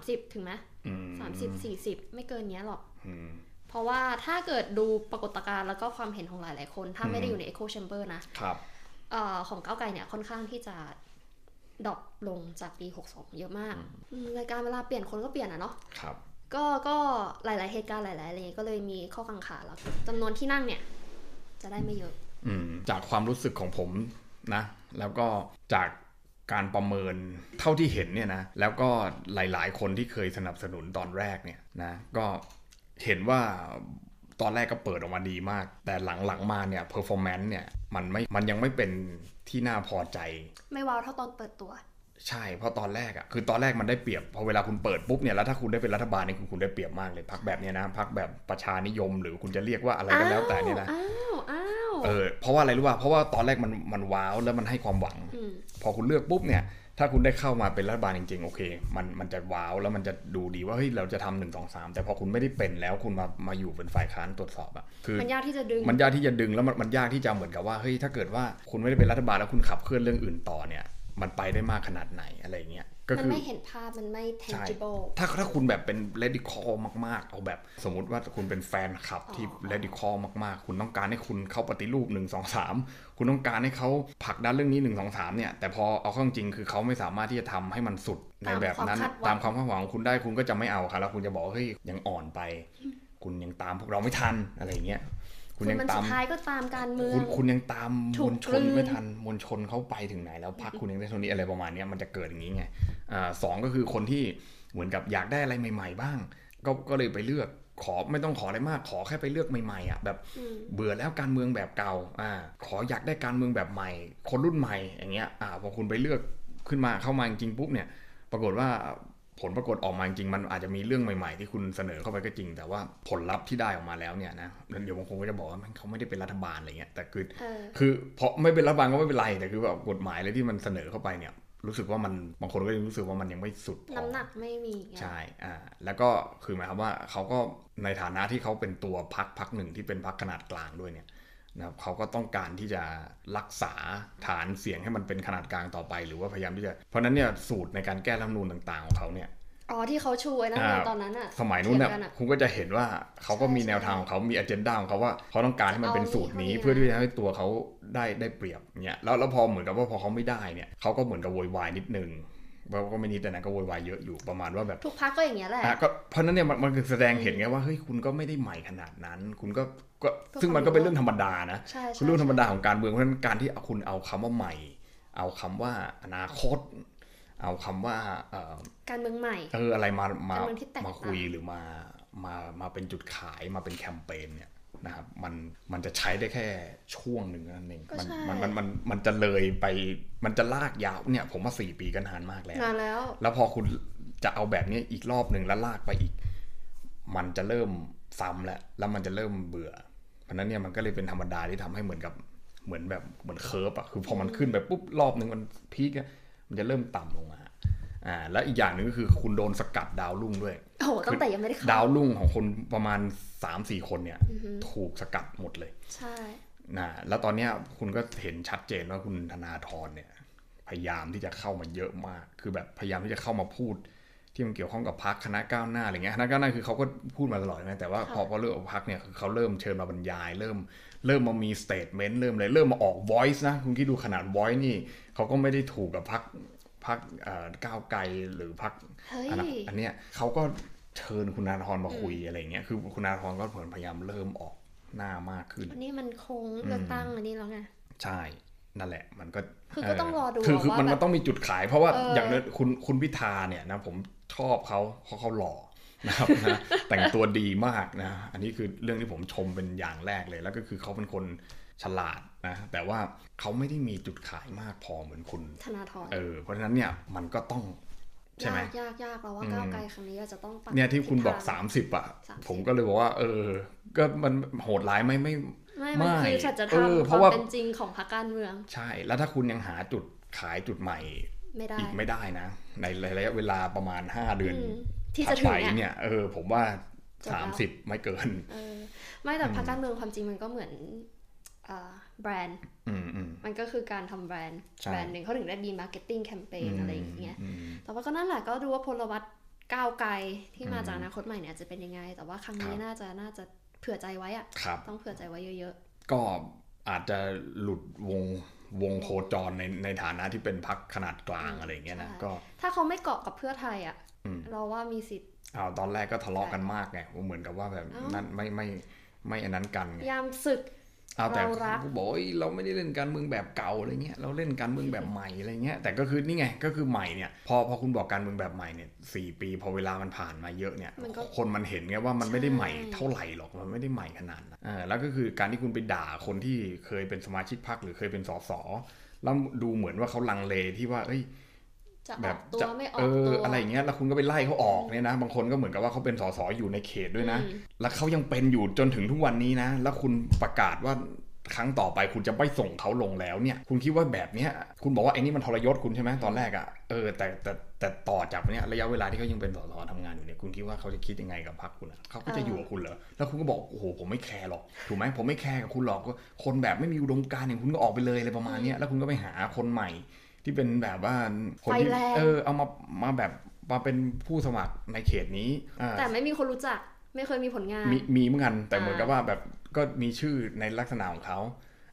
[SPEAKER 2] 30 ถึงไหม
[SPEAKER 1] อืม
[SPEAKER 2] สามสิบสี่สิบไม่เกินเนี้ยหรอก
[SPEAKER 1] อืม
[SPEAKER 2] เพราะว่าถ้าเกิดดูปรากฏการณ์แล้วก็ความเห็นของหลาย ๆ คน ถ้าไม่ได้
[SPEAKER 1] อืม
[SPEAKER 2] อยู่ใน echo chamber นะ
[SPEAKER 1] ครับ
[SPEAKER 2] เออของก้าวไกลเนี่ยค่อนข้างที่จะดรอปลงจากปี 62 เยอะมากอืมรายการเวลาเปลี่ยนคนก็เปลี่ยนอะเนาะ
[SPEAKER 1] ครับ
[SPEAKER 2] ก็ก็หลาย ๆ เหตุการณ์หลาย ๆ อะไรก็เลยมีข้อกังขาแล้วจำนวนที่นั่งเนี่ย จะได้ไม่เยอะ
[SPEAKER 1] อืมจากความรู้สึกของผมนะ แล้วก็จากการประเมินเท่าที่เห็นเนี่ยนะ แล้วก็หลายๆ คนที่เคยสนับสนุนตอนแรกเนี่ยนะ ก็เห็นว่าตอนแรกก็เปิดออกมาดีมาก แต่หลังๆมาเนี่ยเพอร์ฟอร์แมนซ์เนี่ยมันไม่ มันยังไม่เป็นที่น่าพอใจ
[SPEAKER 2] ไม่ว้าวเท่าตอนเปิดตัว
[SPEAKER 1] ใช่เพราะตอนแรกอะ่ะคือตอนแรกมันได้เปรียบพอเวลาคุณเปิดปุ๊บเนี่ยแล้วถ้าคุณได้เป็นรัฐบาลนี่คือคุณได้เปรียบมากเลยพักแบบเนี้ยนะพักแบบประชานิยม หรือคุณจะเรียกว่าอะไรก็แล้วแต่เนี่ยนะ
[SPEAKER 2] อ้าว อ้าว
[SPEAKER 1] เออเพราะว่าอะไรรู้ป่ะเพราะว่าตอนแรกมันมันว้าวแล้วมันให้ความหวัง
[SPEAKER 2] อืม ม
[SPEAKER 1] พอคุณเลือกปุ๊บเนี่ย ถ้าคุณได้เข้ามาเป็นรัฐบาลจริงๆ โอเค มันมันจะว้าวแล้วมันจะดูดีว่าเฮ้ยเราจะทำหนึ่งสองสามแต่พอคุณไม่ได้เป็นแล้วคุณมามาอยู่เป็นฝ่ายค้านตรวจสอบอะคือ
[SPEAKER 2] มันยากที่จะดึง
[SPEAKER 1] มันยากที่จะดึงแล้วมันมันยากที่จะเหมือนกับว่าเฮ้ยถ้าเกิดว่าคุณไม่ได้เป็นรัฐบาลแล้วคุณขับเคลื่อนเรื่องอื่นต่อเนี่ย มันไปได้มากขนาดไหนอะไรเงี้ยก็
[SPEAKER 2] มัน
[SPEAKER 1] คือ
[SPEAKER 2] ไม่เห็นภาพมันไม่
[SPEAKER 1] ใช่
[SPEAKER 2] tangible
[SPEAKER 1] ถ้าถ้าคุณแบบเป็น radical มาก ๆ เอาแบบสมมติว่าคุณเป็นแฟนคลับที่
[SPEAKER 2] อ๋อ
[SPEAKER 1] radical มาก ๆ คุณต้องการให้คุณเขาปฏิรูป 1 2 3 คุณต้องการให้เขาผลักดันเรื่องนี้ 1 2 3 เนี่ย แต่พอเอาเข้าจริงคือเขาไม่สามารถที่จะทำให้มันสุดในแบบนั้น ตา
[SPEAKER 2] ตาม มค
[SPEAKER 1] คาวคาด
[SPEAKER 2] วาม มคา
[SPEAKER 1] ห
[SPEAKER 2] ดหวั
[SPEAKER 1] วัง
[SPEAKER 2] ง
[SPEAKER 1] คุณได้คุณก็จะไม่เอาค่ะแล้วคุณจะบอกว่าเฮ้ยยังอ่อนไป คุณยังตามพวกเราไม่ทันอะไรอย่างเงี้ยคุณยัง
[SPEAKER 2] มัน
[SPEAKER 1] ตา
[SPEAKER 2] สุ
[SPEAKER 1] ม
[SPEAKER 2] ดท้ายก็ตามการเมือง
[SPEAKER 1] คุณคุณยังตาม
[SPEAKER 2] ถู
[SPEAKER 1] มว
[SPEAKER 2] ก
[SPEAKER 1] ลช
[SPEAKER 2] กลื
[SPEAKER 1] น
[SPEAKER 2] น
[SPEAKER 1] ไม่ทันมวลชนเขาไปถึงไหนแล้วพักคุณยังได้เท่านี้อะไรประมาณเนี้ยมันจะเกิดอย่างนี้ไงอาสองก็คือคนที่เหมือนกับอยากได้อะไรใหม่ ๆ บ้าง ก็ก็เลยไปเลือกขอไม่ต้องขออะไรมาก ขอแค่ไปเลือกใหม่ๆอ่ะแบบ
[SPEAKER 2] อืม
[SPEAKER 1] เบื่อแล้วการเมืองแบบเก่าอ่าขออยากได้การเมืองแบบใหม่ คนรุ่นใหม่อย่างเงี้ยอ่าพอคุณไปเลือกขึ้นมาเข้ามาจริงๆปุ๊บเนี่ย ปรากฏว่าผลปรากฏออกมาจริงๆมันอาจจะมีเรื่องใหม่ๆ ที่คุณเสนอเข้าไปก็จริง แต่ว่าผลลัพธ์ที่ได้ออกมาแล้วเนี่ยนะเดี๋ยวบางคนก็จะบอกว่าแมันเขาไม่ได้เป็นรัฐบาลอะไรเงี้ยแต่คือ
[SPEAKER 2] เออ
[SPEAKER 1] คือเพราะไม่เป็นรัฐบาลก็ไม่เป็นไรแต่คือแบบกฎหมายอะไรที่มันเสนอเข้าไปเนี่ย รู้สึกว่ามันบางคนก็ยังรู้สึกว่ามันยังไม่สุดพอ
[SPEAKER 2] น้ำหนักไม่มีไง
[SPEAKER 1] ใช่อ่าแล้วก็คือหมายความว่าเขาก็ในฐานะที่เขาเป็นตัวพักพักหนึ่งที่เป็นพักขนาดกลางด้วยเนี่ยนะครับเขาก็ต้องการที่จะรักษาฐานเสียงให้มันเป็นขนาดกลางต่อไป หรือว่าพยายามที่จะเพราะฉะนั้นเนี่ยสูตรในการแก้รัฐธรรมนูญต่างๆของเขาเนี่ย
[SPEAKER 2] อ๋อที่เขาชูไว้นั่นไง
[SPEAKER 1] อ่า
[SPEAKER 2] ตอนนั้นอ่ะ
[SPEAKER 1] สมัยนู้นเนี่ย
[SPEAKER 2] เถีงกัอะ
[SPEAKER 1] คุณก็จะเห็นว่าเขาก็มีแนวทางของเขามีอันเจนดาของเขาว่าเขาต้องการให้มันเป็นสูตรนี้เพื่อที่จะให้ตัวเขาได้ได้เปรียบเนี่ยแล้วแล้วพอเหมือนกับว่าพอเขาไม่ได้เนี่ยเขาก็เหมือนกับโวยวายนิดนึงว่าก็ไม่นิดแต่นะก็โวยวายเยอะอยู่ประมาณว่าแบบ
[SPEAKER 2] ทุกพักก็อย่างเงี้ยแหละ
[SPEAKER 1] อ่ะก็เพราะฉะนั้นเนี่ยมันมันคือแสดงเห็นไงว่าเฮ้ยคุณก็ไม่ได้ใหม่ขนาดนั้น คุณก็ก็ซึ่งมันก็เป็นเรื่องธรรมดานะ
[SPEAKER 2] ใช่
[SPEAKER 1] คื
[SPEAKER 2] ใช่
[SPEAKER 1] อเรื่องธรรมดาของการเมืองเพราะฉะนั้นการที่เอาคุณเอาคำว่าใหม่ เอาคำว่าอนาคต เอาคำว่าเอ่อ
[SPEAKER 2] การเมืองใหม่
[SPEAKER 1] เอออะไรมามา
[SPEAKER 2] เป็นเมืองที่แตก
[SPEAKER 1] มา
[SPEAKER 2] ต่าง
[SPEAKER 1] คุยหรือมามามาเป็นจุดขายมาเป็นแคมเปญเนี่ยนะครับมันมันจะใช้ได้แค่ช่วงหนึ่งนั่นเองมัมันมันมันมันจะเลยไปมันจะลากยาวเนี่ยผมว่าสี่ปีก็นานมากแล้ว
[SPEAKER 2] นานแล้ว
[SPEAKER 1] แล้วพอคุณจะเอาแบบนี้อีกรอบหนึ่งแล้วลากไปอีก มันจะเริ่มซ้ำแล้วแล้วมันจะเริ่มเบื่อ เพราะฉะนั้นเนี่ยมันก็เลยเป็นธรรมดาที่ทำให้เหมือนกับเหมือนแบบเหมือนเคิร์ฟอะคือพอมันขึ้นไปปุ๊บรอบหนึ่งมันพีคอะมันจะเริ่มต่ำลงมาอ่าแล้วอีกอย่างหนึ่งก็คือคุณโดนสกัดดาวรุ่งด้วย
[SPEAKER 2] โอ้โหตั้งแต่ยังไม่ได้เข้า
[SPEAKER 1] ดาวรุ่งของคนประมาณ 3-4 คนเนี่ย ถูกสกัดหมดเลย
[SPEAKER 2] ใช่
[SPEAKER 1] นะแล้วตอนเนี้ยคุณก็เห็นชัดเจนว่าคุณธนาธรเนี่ย พยายามที่จะเข้ามาเยอะมาก คือแบบพยายามที่จะเข้ามาพูด ที่มันเกี่ยวข้องกับพักคณะก้าวหน้าอะไรเงี้ยคณะก้าวหน้าคือเขาก็พูดมาตลอดนะแต่ว่าพอพอเรื่องของพักเนี่ยคือเขาเริ่มเชิญมาบรรยาย เริ่มเริ่มมามีสเตทเมนต์เริ่มอะไรเริ่มมาออก voice นะคุณคิดดูขนาด voice นี่เขาก็ไม่ได้ถูกกับพักพักก้าวไกลหรือพัก
[SPEAKER 2] เฮ้ย
[SPEAKER 1] อันนั้นอันเนี้ยเขาก็เชิญคุณนาธรมาคุยอะไรเงี้ยคือคุณนาธรก็เหมือนพยายามเริ่มออกหน้ามากขึ้น
[SPEAKER 2] อันนี้มันคงเลือกตั้งอันนี้แล้วไง
[SPEAKER 1] ใช่ นั่นแหละ มันก็
[SPEAKER 2] คือก็ต้องรอดู
[SPEAKER 1] คือคือ
[SPEAKER 2] ว่า
[SPEAKER 1] มัน
[SPEAKER 2] แบบ
[SPEAKER 1] มันต้องมีจุดขาย เพราะว่า
[SPEAKER 2] เออ
[SPEAKER 1] อ
[SPEAKER 2] อ
[SPEAKER 1] ย่างนั้นคุณคุณพิธาเนี่ยนะผมชอบเขาเพราะเขาหล่อนะครับ นะแต่งตัวดีมากนะ อันนี้คือเรื่องที่ผมชมเป็นอย่างแรกเลย แล้วก็คือเขาเป็นคนฉลาดนะ แต่ว่าเขาไม่ได้มีจุดขายมากพอเหมือนคุณ
[SPEAKER 2] ธนาธร
[SPEAKER 1] เออ เพราะฉะนั้นเนี่ยมันก็ต้องใช่ไหม
[SPEAKER 2] ยากยากยากเราว่าก้าวไกลครั้งนี้อาจจะต้องปรับ
[SPEAKER 1] เนี่ยที่คุณบอก
[SPEAKER 2] ทิศทาง
[SPEAKER 1] 30 อ่ะ
[SPEAKER 2] 30
[SPEAKER 1] ผมก็เลยบอกว่า เออ ก็มันโหดร้ายไหม่ไม่
[SPEAKER 2] ไม่มัน
[SPEAKER 1] ไม่
[SPEAKER 2] คือสัจธร
[SPEAKER 1] เอ
[SPEAKER 2] รม
[SPEAKER 1] อเพ
[SPEAKER 2] ค
[SPEAKER 1] ราะ
[SPEAKER 2] วาม
[SPEAKER 1] ว่า
[SPEAKER 2] เป็นจริงของพรรคการเมือง
[SPEAKER 1] ใช่ แล้วถ้าคุณยังหาจุดขายจุดใหม่
[SPEAKER 2] ไม่ได้
[SPEAKER 1] อีกไม่ได้นะ ในระยะเวลาประมาณ 5 เดือน
[SPEAKER 2] อืมที่จะถึ
[SPEAKER 1] ถัด
[SPEAKER 2] ง
[SPEAKER 1] ไป
[SPEAKER 2] เนี่ย
[SPEAKER 1] เนี่ย เออ ผมว่า
[SPEAKER 2] จบแล้ว
[SPEAKER 1] 30 ไม่เกิน
[SPEAKER 2] เออไม่แต่พรรคการเมืองความจริงมันก็เหมือนอ่าแบรนด์
[SPEAKER 1] อืมอืม
[SPEAKER 2] มันก็คือการทำแบรนด์
[SPEAKER 1] ใช่
[SPEAKER 2] แบรนด์หนึ่งเขาถึงได้มีมาร์เก็ตติ้งแคมเปญอะไรอย่างเงี้ย
[SPEAKER 1] อืม
[SPEAKER 2] แต่ว่าก็นั่นแหละก็ดูว่าพลวัตก้าวไกลที่มา
[SPEAKER 1] อืม
[SPEAKER 2] จากอนาคตใหม่เนี่ยจะเป็นยังไง แต่ว่าครั้ง
[SPEAKER 1] ค
[SPEAKER 2] นี้
[SPEAKER 1] รับ
[SPEAKER 2] น่าจะน่าจะเผื่อใจไว้อะ
[SPEAKER 1] ครับ
[SPEAKER 2] ต้องเผื่อใจไว้เยอะ
[SPEAKER 1] ก็อาจจะหลุดวงวงโคจรในในฐานะที่เป็นพักขนาดกลางอะไรอย่างเงี้ยนะ
[SPEAKER 2] ใช่
[SPEAKER 1] ก็
[SPEAKER 2] ๆ ถ้าเขาไม่เกาะกับเพื่อไทยอะ
[SPEAKER 1] อืม
[SPEAKER 2] เราว่ามีสิทธิ์
[SPEAKER 1] เอาตอนแรกก็ทะเลาะกันมากไงว่าเหมือนกับว่าแบบ
[SPEAKER 2] เอ้านั่
[SPEAKER 1] นั่นไม่ไม่ไม่อันนั้นกันไง
[SPEAKER 2] ยามศึก
[SPEAKER 1] เอาแต่
[SPEAKER 2] เรารัก
[SPEAKER 1] กูบอกว่าเอ้ยเราไม่ได้เล่นการเมืองแบบเก่าอะไรเงี้ยเราเล่นการเมืองแบบใหม่อะไรเงี้ยแต่ก็คือนี่ไงก็คือใหม่เนี่ยพอพอคุณบอกการเมืองแบบใหม่เนี่ยสี่ปีพอเวลามันผ่านมาเยอะเนี่ย
[SPEAKER 2] มันก็
[SPEAKER 1] คนมันเห็นไงว่ามันไม่ได้ใหม่
[SPEAKER 2] ใช่
[SPEAKER 1] เท่าไหร่หรอกมันไม่ได้ใหม่ขนาดนั้นเออแล้วก็คือการที่คุณไปด่าคนที่เคยเป็นสมาชิกพรรคหรือเคยเป็นสสแล้วดูเหมือนว่าเขาลังเลที่ว่าเอ้ย
[SPEAKER 2] จะ
[SPEAKER 1] แบ
[SPEAKER 2] ออบ กตัว
[SPEAKER 1] จะ
[SPEAKER 2] ไม่ออ
[SPEAKER 1] เอก อ
[SPEAKER 2] ตัว
[SPEAKER 1] อะไรอย่างเงี้ยแล้วคุณก็ไปไล่เขาออกเนี่ยนะ บางคนก็เหมือนกับว่าเขาเป็นสสอยู่ในเขตด้วยนะ
[SPEAKER 2] อืม
[SPEAKER 1] แล้วเขายังเป็นอยู่จนถึงทุกวันนี้นะ แล้วคุณประกาศว่า ครั้งต่อไปคุณจะไม่ส่งเขาลงแล้วเนี่ย คุณคิดว่าแบบเนี้ยคุณบอกว่าไอ้นี่มันทรยศคุณใช่ไหมตอนแรกอะ่ะเออแต่แต่แต่ต่อจากเนี้ยระยะเวลาที่เขายังเป็นสสทำงานอยู่เนี่ยคุณคิดว่าเขาจะคิดยังไงกับพรรคคุณอะเขาก็จะอยู่กับคุณเหรอแล้วคุณก็บอกโอ้โหผมไม่แคร์หรอกถูกไหมผมไม่แคร์กับคุณหรอกก็คนแบบไม่มีอุดมการณ์อย่างคุณก็ออกไปเลยอะไรประมาณเนี้ยแล้วคุณก็ไปหาคนใหม่ ที่เป็นแบบว่าคนที่
[SPEAKER 2] ไฟแรง
[SPEAKER 1] เออเอามามาแบบมาเป็นผู้สมัครในเขตนี้อ่า
[SPEAKER 2] แต่ไม่มีคนรู้จัก ไม่เคยมีผลงาน
[SPEAKER 1] มีมีเหมือนกันแต่เหมือน
[SPEAKER 2] อ่า
[SPEAKER 1] กับว่าแบบก็มีชื่อในลักษณะของเขา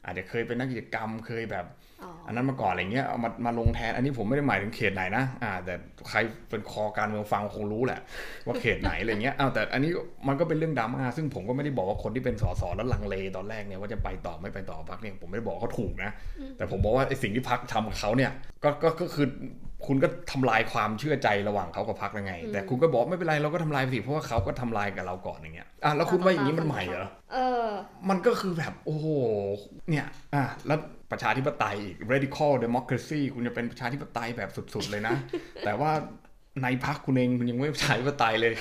[SPEAKER 1] อาจจะเคยเป็นนักกิจกรรมเคยแบบ
[SPEAKER 2] อ๋อ
[SPEAKER 1] อันนั้นมาก่อนอะไรเงี้ยเอามามาลงแทนอันนี้ผมไม่ได้หมายถึงเขตไหนนะอ่า แต่ใครเป็นคอการเมืองฟังคงรู้แหละ ว่าเขตไหนอะไรเงี้ยอ้าวแต่อันนี้มันก็เป็นเรื่องดราม่าซึ่งผมก็ไม่ได้บอกว่าคนที่เป็นสสแล้วลังเลตอนแรกเนี่ยว่าจะไปต่อไม่ไปต่อพักเนี่ยผมไม่ได้บอกเขาถูกนะ แต่ผมบอกว่าไอ้สิ่งที่พักทำกับเขาเนี่ยก็ก็ก็คือคุณก็ทำลายความเชื่อใจระหว่างเขากับพักยังไง แต่คุณก็บอกไม่เป็นไรเราก็ทำลายไปสิเพราะว่าเขาก็ทำลายกับเราก่อนอย่างเงี้ยอ่ะแล้วคุณว่าอย่างนี้มันใหม่เหรอ
[SPEAKER 2] เออ
[SPEAKER 1] มันก็คือแบบ โอ้โห เนี่ย อ่ะแล้วประชาธิปไตยอีก radical democracy คุณจะเป็นประชาธิปไตยแบบสุดๆ เลยนะ แต่ว่าในพรรคคุณเองคุณยังไม่ประชาธิปไตยเลย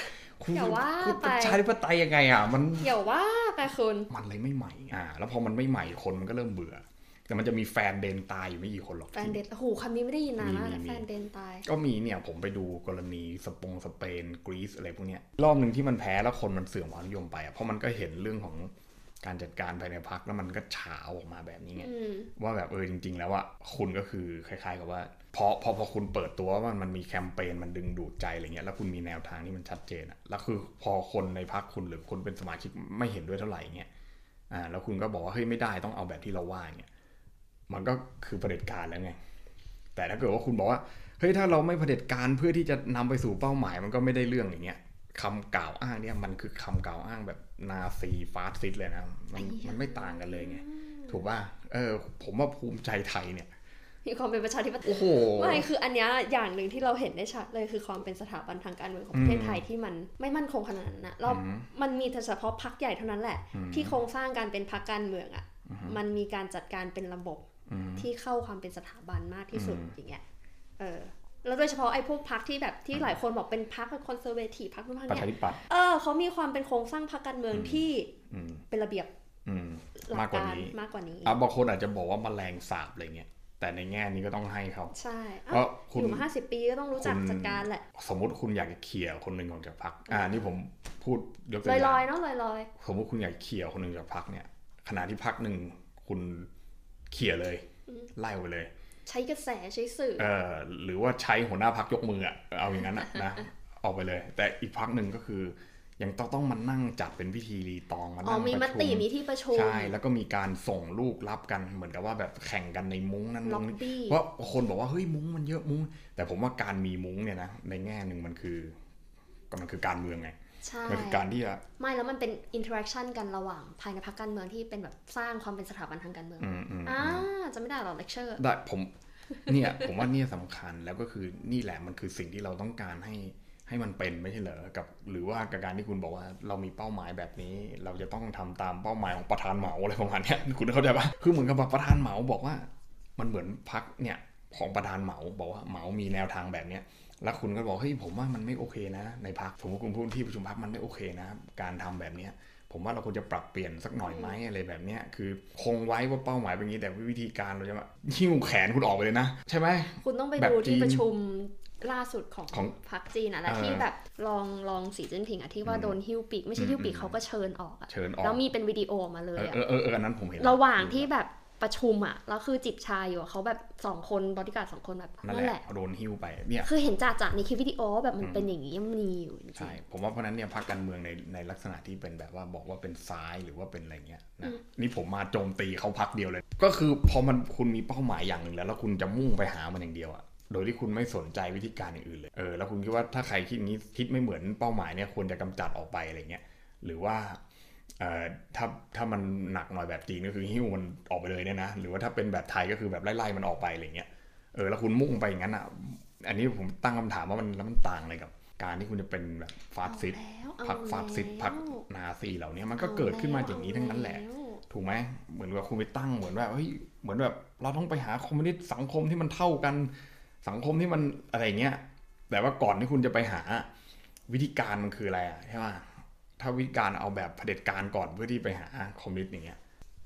[SPEAKER 1] คุณ
[SPEAKER 2] อย่าว่า
[SPEAKER 1] คุณ
[SPEAKER 2] ไป
[SPEAKER 1] ประชาธิปไตยยังไงอ่ะ มัน
[SPEAKER 2] อย่าว่าไปคุณ
[SPEAKER 1] มันเลยไม่ใหม่ อ่า แล้วพอมันไม่ใหม่คนมันก็เริ่มเบื่อ แต่มันจะมีแฟนเดนตายอยู่ไม่กี่คนหรอก
[SPEAKER 2] แฟนเดนโอ้โหคำนี้ไม่ได้ยินนานมาก
[SPEAKER 1] มีมีมี
[SPEAKER 2] แฟนเดนตาย
[SPEAKER 1] ก็มีเนี่ยผมไปดูกรณีสปงสเปนกรีซอะไรพวกเนี้ยรอบหนึ่งที่มันแพ้แล้วคนมันเสื่อมความนิยมไปอะเพราะมันก็เห็นเรื่องของการจัดการภายในพรรคแล้วมันก็ฉาวออกมาแบบนี้ไง
[SPEAKER 2] อืม
[SPEAKER 1] ว่าแบบเออจริง ๆ แล้วอะคุณก็คือคล้าย ๆ กับว่าพอพอพอคุณเปิดตัวว่ามันมันมีแคมเปญมันดึงดูดใจอะไรเงี้ยแล้วคุณมีแนวทางที่มันชัดเจนอะแล้วคือพอคนในพรรคคุณหรือคนเป็นสมาชิกไม่เห็นด้วยเท่าไหร่เงี้ยอ่าแล้วคุณก็บอกว่าเฮ้ยไม่ได้ต้องเอาแบบที่เราว่าเนี่ยมันก็คือเผด็จการแล้วไงแต่ถ้าเกิดว่าคุณบอกว่าเฮ้ยถ้าเราไม่เผด็จการเพื่อที่จะนำไปสู่เป้าหมาย มันก็ไม่ได้เรื่องอย่างเงี้ยคำกล่าวอ้างเนี่ยมันคือคำกล่าวอ้างแบบนาซีฟาสซิสต์เลยนะมันมันไม่ต่างกันเลยไง ถูกป่ะ เออ ผมว่าภูมิใจไทยเนี่ย
[SPEAKER 2] มีความเป็นประชาธิปไตย
[SPEAKER 1] โอ้โห
[SPEAKER 2] ไม่คืออันเนี้ยอย่างหนึ่งที่เราเห็นได้ชัดเลยคือความเป็นสถาบันทางการเมืองของประเทศไทยที่มันไม่มั่นคงขนาดนั้นนะเรา
[SPEAKER 1] อืม
[SPEAKER 2] มันมีแต่เฉพาะพักใหญ่เท่านั้นแหละ
[SPEAKER 1] อืม
[SPEAKER 2] ที่โครงสร้างการเป็นพักการเมืองอ่ะ มันมีการจัดการเป็นระบบ
[SPEAKER 1] อืม
[SPEAKER 2] ที่เข้าความเป็นสถาบันมากที่สุด
[SPEAKER 1] อืม
[SPEAKER 2] อย่างเงี้ย เออ แล้วโดยเฉพาะไอ้พวกพักที่แบบที่หลายคนบอกเป็นพักเป็นคอนเซอร์เวทีฟพักนู่นพัก
[SPEAKER 1] ประ
[SPEAKER 2] เนี่
[SPEAKER 1] ชาย ธิปัตย์
[SPEAKER 2] เออเขามีความเป็นโครงสร้างพักการเมืองที่
[SPEAKER 1] อืม
[SPEAKER 2] เป็นระเบียบ
[SPEAKER 1] อืม
[SPEAKER 2] หลั
[SPEAKER 1] มาก
[SPEAKER 2] ก
[SPEAKER 1] กว่า
[SPEAKER 2] การ
[SPEAKER 1] นี้
[SPEAKER 2] มากกว่านี้
[SPEAKER 1] อ่ะบางคนอาจจะบอกว่าแมลงสาบอะไรเงี้ย แต่ในแง่นี้ก็ต้องให้เขา
[SPEAKER 2] ใช่
[SPEAKER 1] เพ
[SPEAKER 2] อ่ะ
[SPEAKER 1] ราะ
[SPEAKER 2] อ
[SPEAKER 1] คุณ
[SPEAKER 2] ยู่มาห้าสิบปีก็ต้องรู้จัก
[SPEAKER 1] คุณ
[SPEAKER 2] จัดการแหละ
[SPEAKER 1] สมมติคุณอยากจะเขี่ยคนหนึ่งออกจากพัก อ่า นี่ผมพูดยกตัว
[SPEAKER 2] ล
[SPEAKER 1] อ
[SPEAKER 2] อยล
[SPEAKER 1] ย่า
[SPEAKER 2] อง ยๆเนาะลอยลอย
[SPEAKER 1] สมมติคุณอยากเขี่ยคนหนึ่งจากพักเนี่ย ขณะที่พักหนึ่งคุณเขี่ยเลย
[SPEAKER 2] อืม
[SPEAKER 1] ไล่ออกไปเลย
[SPEAKER 2] ๆใช้กระแสใช้สื่อ
[SPEAKER 1] เอ่อหรือว่าใช้หัวหน้าพักยกมืออะเอาอย่างนั้นอะ นะ ออกไปเลย แต่อีกพักหนึ่งก็คือ ยังต้องต้องมานั่งจัดเป็นพิธีรีตองมา
[SPEAKER 2] อ๋อ
[SPEAKER 1] นั่ง
[SPEAKER 2] มีม
[SPEAKER 1] ประ
[SPEAKER 2] ติ
[SPEAKER 1] ชุม
[SPEAKER 2] มีที่ประชุม
[SPEAKER 1] ใช่ แล้วก็มีการส่งลูกรับกันเหมือนกับว่าแบบแข่งกันในมุ้งนั้นมุ้ง
[SPEAKER 2] ล็อบบี้
[SPEAKER 1] นี้เพราะคนบอกว่าเฮ้ยมุ้งมันเยอะมุ้ง แต่ผมว่าการมีมุ้งเนี่ยนะในแง่หนึ่งมันคือก็มันคือการเมืองไง
[SPEAKER 2] ใช่
[SPEAKER 1] มันคือการที่จะ
[SPEAKER 2] ไม่แล้วมันเป็นอินเทอร์แอคชั่นกันระหว่างภายในพักการเมืองที่เป็นแบบสร้างความเป็นสถาบันทางการเมือง
[SPEAKER 1] อืมอืม
[SPEAKER 2] อ่าจะไม่ได้หรอเลคเชอร์
[SPEAKER 1] ได้ผมเนี่ย ผมว่าเนี่ยสำคัญแล้วก็คือนี่แหละมันคือสิ่งที่เราต้องการให้ให้มันเป็นไม่ใช่เหรอกับ หรือว่ากับการที่คุณบอกว่าเรามีเป้าหมายแบบนี้ เราจะต้องทำตามเป้าหมายของประธานเหมาอะไรประมาณเนี้ย คุณเข้าใจปะคือเหมือนกับว่าประธานเหมาบอกว่า มันเหมือนพักเนี่ยของประธานเหมาบอกว่าเหมามีแนวทางแบบเนี้ยแล้วคุณก็บอกเฮ้ยผมว่ามันไม่โอเคนะ ในพักผมว่าคุณพูดที่ประชุมพักมันไม่โอเคนะ การทำแบบเนี้ย ผมว่าเราควรจะปรับเปลี่ยนสักหน่อยไหมอะไรแบบเนี้ยคือ คงไว้ว่าเป้าหมายเป็นอย่างนี้แต่วิธีการเราจะมาหิ้วแขนคุณออกไปเลยนะ ใช่ไหม
[SPEAKER 2] คุณต้องไป
[SPEAKER 1] แบบ
[SPEAKER 2] ดู
[SPEAKER 1] จี
[SPEAKER 2] ที่
[SPEAKER 1] น
[SPEAKER 2] ประชุมล่าสุดของ
[SPEAKER 1] ของ
[SPEAKER 2] พรรคจีนอะนะ
[SPEAKER 1] เออ
[SPEAKER 2] ที่แบบลองลองสีจิ้นผิงอะที่ว่าโดนฮิ้วปีก ไม่ใช่ฮิ้วปีก
[SPEAKER 1] อืม
[SPEAKER 2] เขาก็เชิญออกอะ
[SPEAKER 1] เชิญออก
[SPEAKER 2] แล้วมีเป็นวิดีโอออกมาเล
[SPEAKER 1] เอยอ
[SPEAKER 2] อะ
[SPEAKER 1] เออเออเอออันนั้นผมเห็น
[SPEAKER 2] ระหว่างที่แบบประชุมอะแล้วคือจิบชายอยู่อะเขาแบบสองคนบริการดสองคนแบบ
[SPEAKER 1] นั่น
[SPEAKER 2] นั่น
[SPEAKER 1] แห
[SPEAKER 2] แห
[SPEAKER 1] ละ
[SPEAKER 2] ละ
[SPEAKER 1] โดนหิ้วไปเนี่ย
[SPEAKER 2] คือเห็นจ่าจ่าในคลิปวิดีโอว่าแบบมันเป็นอย่างนี้มันมีอยู่จริงๆ
[SPEAKER 1] ใช่ ผมว่าเพราะฉะนั้นเนี่ยพรรคการเมืองในในลักษณะที่เป็นแบบว่าบอกว่าเป็นซ้ายหรือว่าเป็นอะไรเงี้ยนะนี่ผมมาโจมตีเขาพักเดียวเลย ก็คือพอมันคุณมีเป้าหมายอย่างหนึ่งแล้วแล้วคุณจะมุ่งไปหามันอย่างเดียวอะโดยที่คุณไม่สนใจวิธีการอย่างอื่นเลยเออแล้วคุณคิดว่าถ้าใครคิดอย่างนี้คิดไม่เหมือนเป้าหมายเนี่ยควรจะกำจัดออกไปอะไรเงี้ยหรือว่าเอ่อถ้าถ้ามันหนักหน่อยแบบจีนก็คือหิ้วมันออกไปเลยเนี่ยนะหรือว่าถ้าเป็นแบบไทยก็คือแบบไล่ๆมันออกไปอะไรเงี้ย เออแล้วคุณมุ่งไปอย่างนั้นอ่ะ อันนี้ผมตั้งคำถามว่ามันแล้วมันต่างอะไรกับ การที่คุณจะเป็นแบบฟาสซิสต์
[SPEAKER 2] เอาแล้ว
[SPEAKER 1] พักฟาสซิสต์
[SPEAKER 2] เอาแล้ว
[SPEAKER 1] พักนาซีเหล่านี้มันก็เกิดขึ้นมาอย่างนี้ทั้งนั้นแหละ ถูกไหมเหมือนกับคุณไปตั้งเหมือนแบบเฮ้ยเหมือนแบบเราต้องไปหาคอมมิวนิสต์สังคมที่มันเท่ากัน สังคมที่มันอะไรเงี้ย แต่ว่าก่อนที่คุณจะไปหาวิธีการมันคืออะไรอะใช่ป่ะถ้าวิธีการเอาแบบเผด็จการก่อนเพื่อที่ไปหาคอมมิวนิสต์อย่างเงี้ย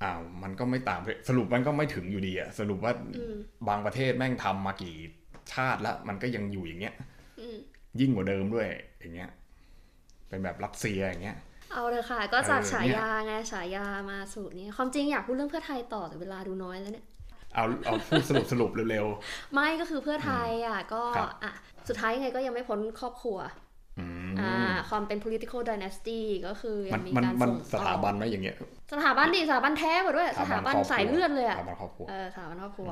[SPEAKER 1] อ้าวมันก็ไม่ตามสรุปมันก็ไม่ถึงอยู่ดีอะสรุปว่า
[SPEAKER 2] อืม
[SPEAKER 1] บางประเทศแม่งทำมากี่ชาติละมันก็ยังอยู่อย่างเงี้ย
[SPEAKER 2] อืม
[SPEAKER 1] ยิ่งกว่าเดิมด้วยอย่างเงี้ย เป็นแบบรัสเซียอย่างเงี้ย
[SPEAKER 2] เอาเลยค่ะ ก็จาก
[SPEAKER 1] เออเนี่ย
[SPEAKER 2] ฉายาไงฉายามาสูตรนี้ความจริงอยากพูดเรื่องเพื่อไทยต่อแต่เวลาดูน้อยแล้วเนี่ย
[SPEAKER 1] เอาเอาพูดสรุปสรุปเร็ว
[SPEAKER 2] ไม่ก็คือเพื่อไทยอ่ะก็
[SPEAKER 1] ครับ
[SPEAKER 2] อ่ะสุดท้ายยังไงก็ยังไม่พ้นครอบครัว
[SPEAKER 1] ๆอืม
[SPEAKER 2] อ่าความเป็น political dynasty ก็คือ
[SPEAKER 1] มั
[SPEAKER 2] ยั
[SPEAKER 1] น
[SPEAKER 2] งมี
[SPEAKER 1] มัน
[SPEAKER 2] การ
[SPEAKER 1] มัน
[SPEAKER 2] ส่
[SPEAKER 1] ส
[SPEAKER 2] งต่อ
[SPEAKER 1] ถาบันไหมอย่างเงี้ย
[SPEAKER 2] สถาบันดิสถาบันแท้หมดด้วย สถาบัน
[SPEAKER 1] ครครัว
[SPEAKER 2] สายเลือดเลยอ่ะ
[SPEAKER 1] สถาบันครอบครัว
[SPEAKER 2] เออสถาบันครอบครัว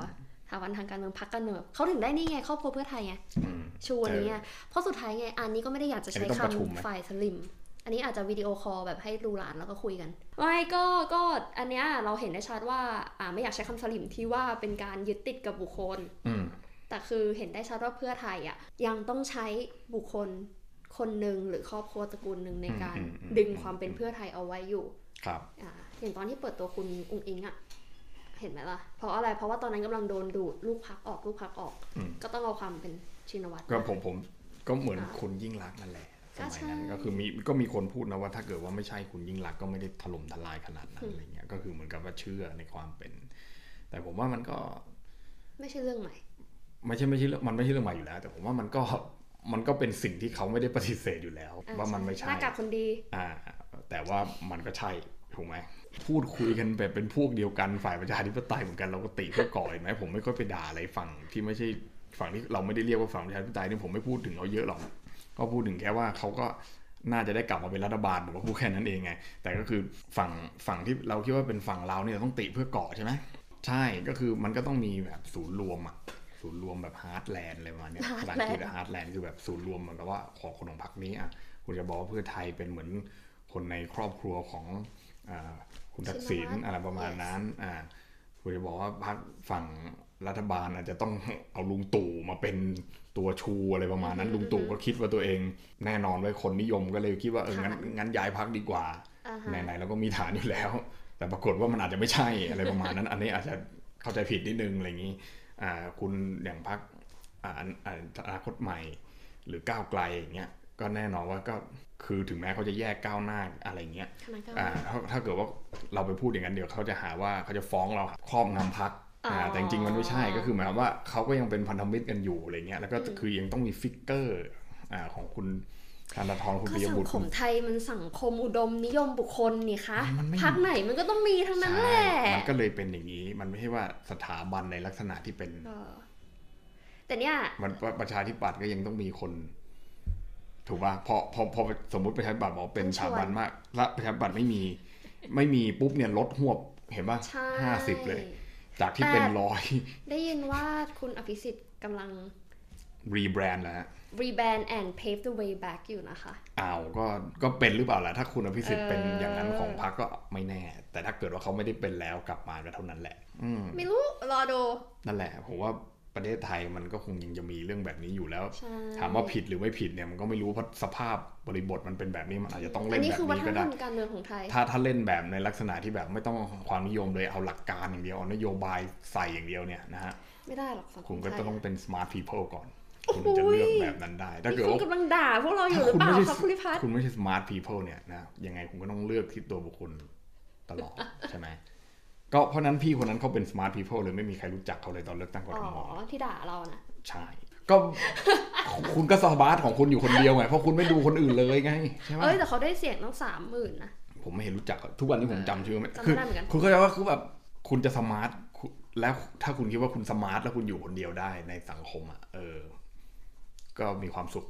[SPEAKER 2] สถาบันทางการเมืองพรรคการเมืองเขาถึงได้นี่ไงครอบครัวเพื่อไทยไง
[SPEAKER 1] อืม
[SPEAKER 2] ชูอันนี้ไงเพราะสุดท้ายไงอันนี้ก็ไม่ได้อยากจะใช้
[SPEAKER 1] อันนี้ต้องประชุมไหม
[SPEAKER 2] คำฝ่ายสลิม อันนี้อาจจะวิดีโอคอลแบบให้ดูหลานแล้วก็คุยกันไม่ก็ก็อันเนี้ยเราเห็นได้ชัดว่าอ่าไม่อยากใช้คำสลิมที่ว่าเป็นการยึดติดกับบุคคล
[SPEAKER 1] อืม
[SPEAKER 2] แต่คือเห็นได้ชัดว่าเพื่อไทยอ่ะยังต้องใช้บุคคลคนหนึ่งหรือครอบครัวตระกูลหนึ่งในการ
[SPEAKER 1] อืมอืม
[SPEAKER 2] ดึงความเป็นเพื่อไทยเอาไว้อยู่
[SPEAKER 1] ครับ
[SPEAKER 2] อ่าอย่างตอนที่เปิดตัวคุณอุ้งอิงอ่ะเห็นไหมล่ะ เพราะอะไรเพราะว่าตอนนั้นกำลังโดนดูดลูกพักออกลูกพักออก
[SPEAKER 1] อืม
[SPEAKER 2] ก็ต้องเอาความเป็นชินวัตร
[SPEAKER 1] ก็ผมผมก็เหมือน
[SPEAKER 2] อ่า
[SPEAKER 1] คุณยิ่งรักษณ์นั่นแหละส
[SPEAKER 2] ก็
[SPEAKER 1] มัยนั้น
[SPEAKER 2] ใช่
[SPEAKER 1] ก็คือมีก็มีคนพูดนะว่าถ้าเกิดว่าไม่ใช่คุณยิ่งรักษณ์ก็ไม่ได้ถล่มทลายขนาดนั้น
[SPEAKER 2] อืม
[SPEAKER 1] อะไรเงี้ยก็คือเหมือนกับว่าเชื่อในความเป็น แต่ผมว่ามันก็
[SPEAKER 2] ไม่ใช่เรื่องใหม่
[SPEAKER 1] ไม่ใช่ไม่ใช่เรื่องมันไม่ใช่เรื่องใหม่อยู่แล้ว แต่ผมว่ามันก็มันก็เป็นสิ่งที่เขาไม่ได้ปฏิเสธอยู่แล้ว
[SPEAKER 2] อ่
[SPEAKER 1] ว่ามันไม่
[SPEAKER 2] ห
[SPEAKER 1] ใช่
[SPEAKER 2] น้ากากคนดี
[SPEAKER 1] อ่า แต่ว่ามันก็ใช่ถูกไหมพูดคุยกันแบบเป็นพวกเดียวกันฝ่ายประชาธิปไตยเหมือนกันเราก็ติเพื่อก่อยไหมผมไม่ค่อยไปด่าอะไรฝั่งที่ไม่ใช่ฝั่งที่เราไม่ได้เรียกว่าฝั่งประชาธิปไตยนี่ผมไม่พูดถึงเขาเยอะหรอก ก็พูดถึงแค่ว่าเขาก็น่าจะได้กลับมาเป็นรัฐบาลผมก็พูดแค่นั้นเองไง แต่ก็คือฝั่งฝั่งที่เราคิดว่าเป็นฝั่งเราเนี่ยต้องติเพื่อก่อใช่ไหมใช่ก็คือมันก็ต้องมีแบบศูนย์รวมอะศูนย์รวมแบบฮาร์ดแลนด์อะไรประมาณเนี้ยภาษาอังกฤษฮาร์ดแลนด์คือแบบศูนย์รวมเหมือนกับว่าของคนของพรรคนี้อะคุณจะบอกว่าเพื่อไทยเป็นเหมือนคนในครอบครัวของอ่าคุณทักษิณอะไรประมาณนั้นอ่า คุณจะบอกว่าพรรคฝั่งรัฐบาลอาจจะต้องเอาลุงตู่มาเป็นตัวชูอะไรประมาณนั้น ลุงตู่ก็คิดว่าตัวเอง แน่นอนไว้ยคนนิยมก็เลยคิดว่าเอองั้นงั้นย้ายพรรคดีกว่า
[SPEAKER 2] อ่าฮะ
[SPEAKER 1] ไหนๆเราก็มีฐานอยู่แล้ว แต่ปรากฏว่ามันอาจจะไม่ใช่อะไรประมาณนั้น อันนี้อาจจะเข้าใจผิดนิดนึงอะไรอย่างนี้อ่าคุณอย่างพักอาอ่าอนาคตใหม่ หรือก้าวไกลอย่างเงี้ยก็แน่นอนว่าก็คือถึงแม้เขาจะแยกก้าวหน้าอะไรอย่างเงี้ย
[SPEAKER 2] คณะก้าวห
[SPEAKER 1] อ่า
[SPEAKER 2] น้า
[SPEAKER 1] ถ้าถ้าเกิดว่าเราไปพูดอย่างนั้นเดี๋ยวเขาจะหาว่าเขาจะฟ้องเราครอบงำพัก
[SPEAKER 2] อ๋อ
[SPEAKER 1] แต่จริงๆมันไม่ใช่ก็คือหมายความว่าเขาก็ยังเป็นพันธมิตรกันอยู่อะไรเงี้ยแล้วก็คือยังต้องมีฟิกเกอร์อ่าของคุณธนาธรคุณ
[SPEAKER 2] ก็
[SPEAKER 1] ปิย
[SPEAKER 2] สัง
[SPEAKER 1] บุตร
[SPEAKER 2] ค
[SPEAKER 1] คุ
[SPEAKER 2] ม
[SPEAKER 1] ณ
[SPEAKER 2] ไทยมันสังคมอุดมนิยมบุคคลนี่คะ
[SPEAKER 1] มันไม่
[SPEAKER 2] พักไหนมันก็ต้องมีทั้งนั้นแหละ
[SPEAKER 1] มันก็เลยเป็นอย่างนี้มันไม่ใช่ว่าสถาบันในลักษณะที่เป็น
[SPEAKER 2] เออแต่เนี่ย
[SPEAKER 1] มันประชาธิปัตย์ก็ยังต้องมีคน ถูกป่ะพอพอพอสมมติประชาธิปัตย์บอกเป็นสถาบันมาก และประชาธิปัตย์ไม่มี ไม่มีปุ๊บเนี่ยลดหวบเห็นป่ะ
[SPEAKER 2] ใช่
[SPEAKER 1] ห้าสิบเลย จากที่เป็นร้อย
[SPEAKER 2] ได้ยินว่าคุณอภิสิทธิ์กำลัง
[SPEAKER 1] รีแบรนด์แล้วฮะ
[SPEAKER 2] rebrand and pave the way back อยู่นะคะ
[SPEAKER 1] อ้าวก็ก็เป็นหรือเปล่าล่ะถ้าคุณอภิสิทธิ์
[SPEAKER 2] เออ
[SPEAKER 1] เป็นอย่างนั้นของพรรคก็ไม่แน่ แต่ถ้าเกิดว่าเขาไม่ได้เป็นแล้วกลับมาก็เท่านั้นแหละ อืม
[SPEAKER 2] ไม่รู้ รอดู
[SPEAKER 1] นั่นแหละผมว่าประเทศไทยมันก็คงยังจะมีเรื่องแบบนี้อยู่แล้ว
[SPEAKER 2] ใช่
[SPEAKER 1] ถามว่าผิดหรือไม่ผิดเนี่ยมันก็ไม่รู้เพราะสภาพบริบทมันเป็นแบบนี้มันอาจจะต้อง
[SPEAKER 2] อั
[SPEAKER 1] เล่
[SPEAKER 2] น
[SPEAKER 1] น
[SPEAKER 2] นี้
[SPEAKER 1] แบบ
[SPEAKER 2] คือวัฒ
[SPEAKER 1] นี้
[SPEAKER 2] น
[SPEAKER 1] ก็
[SPEAKER 2] ธร
[SPEAKER 1] ได้
[SPEAKER 2] รมการเมืองของไทย
[SPEAKER 1] ถ้าถ้าเล่นแบบในลักษณะที่แบบไม่ต้องความนิยมเลยเอาหลักการอย่างเดียวเอานโยบายใส่อย่างเดียวเนี่ยนะฮะ
[SPEAKER 2] ไม่ได้หรอกสังค
[SPEAKER 1] คุณ
[SPEAKER 2] ม
[SPEAKER 1] ก็
[SPEAKER 2] ไทย
[SPEAKER 1] ต้อง
[SPEAKER 2] อะ
[SPEAKER 1] เป็น smart people ก่อน คุณถึงจะเลือกแบบนั้นได้ถ้าเกิ
[SPEAKER 2] นี่
[SPEAKER 1] ดว่า
[SPEAKER 2] คุณกำลังด่าพวกเราอยู่หรือ
[SPEAKER 1] คุณ
[SPEAKER 2] เปล่า
[SPEAKER 1] ไม่ใช่
[SPEAKER 2] ครับคุณพิพัฒน์
[SPEAKER 1] คุณไม่ใช่ smart people เนี่ยนะยังไงคุณก็ต้องเลือกที่ตัวบุคคลตลอด ใช่ไหมก็เพราะนั้นพี่คนนั้นเขาเป็น smart people เลยไม่มีใครรู้จักเขาเลยตอนเลือกตั้งกร
[SPEAKER 2] อ๋
[SPEAKER 1] ทม
[SPEAKER 2] อ ที่ด่าเรานะ
[SPEAKER 1] ใช่ ก็ คุณก็สมาร์ทของคุณอยู่คนเดียวไงเพราะคุณไม่ดูคนอื่นเลยไงใช่ไหม
[SPEAKER 2] เอ้ยแต่เขาได้เสียงตั้งสามหมื่นนะ
[SPEAKER 1] ผมไม่เห็นรู้จักทุกวันนี้ผมจำชื่อไม่
[SPEAKER 2] จำไม่
[SPEAKER 1] คื
[SPEAKER 2] ได้เหมือนกัน
[SPEAKER 1] คุณเข้าใจว่าคือแบบคุณจะสมาร์ทคุณแล้วถ้าคุณคิดว่าคุณสมาร์ทแล้วคุณอยู่คนเดียวได้ในสังคมอ่ะเออ ก็มีความสุข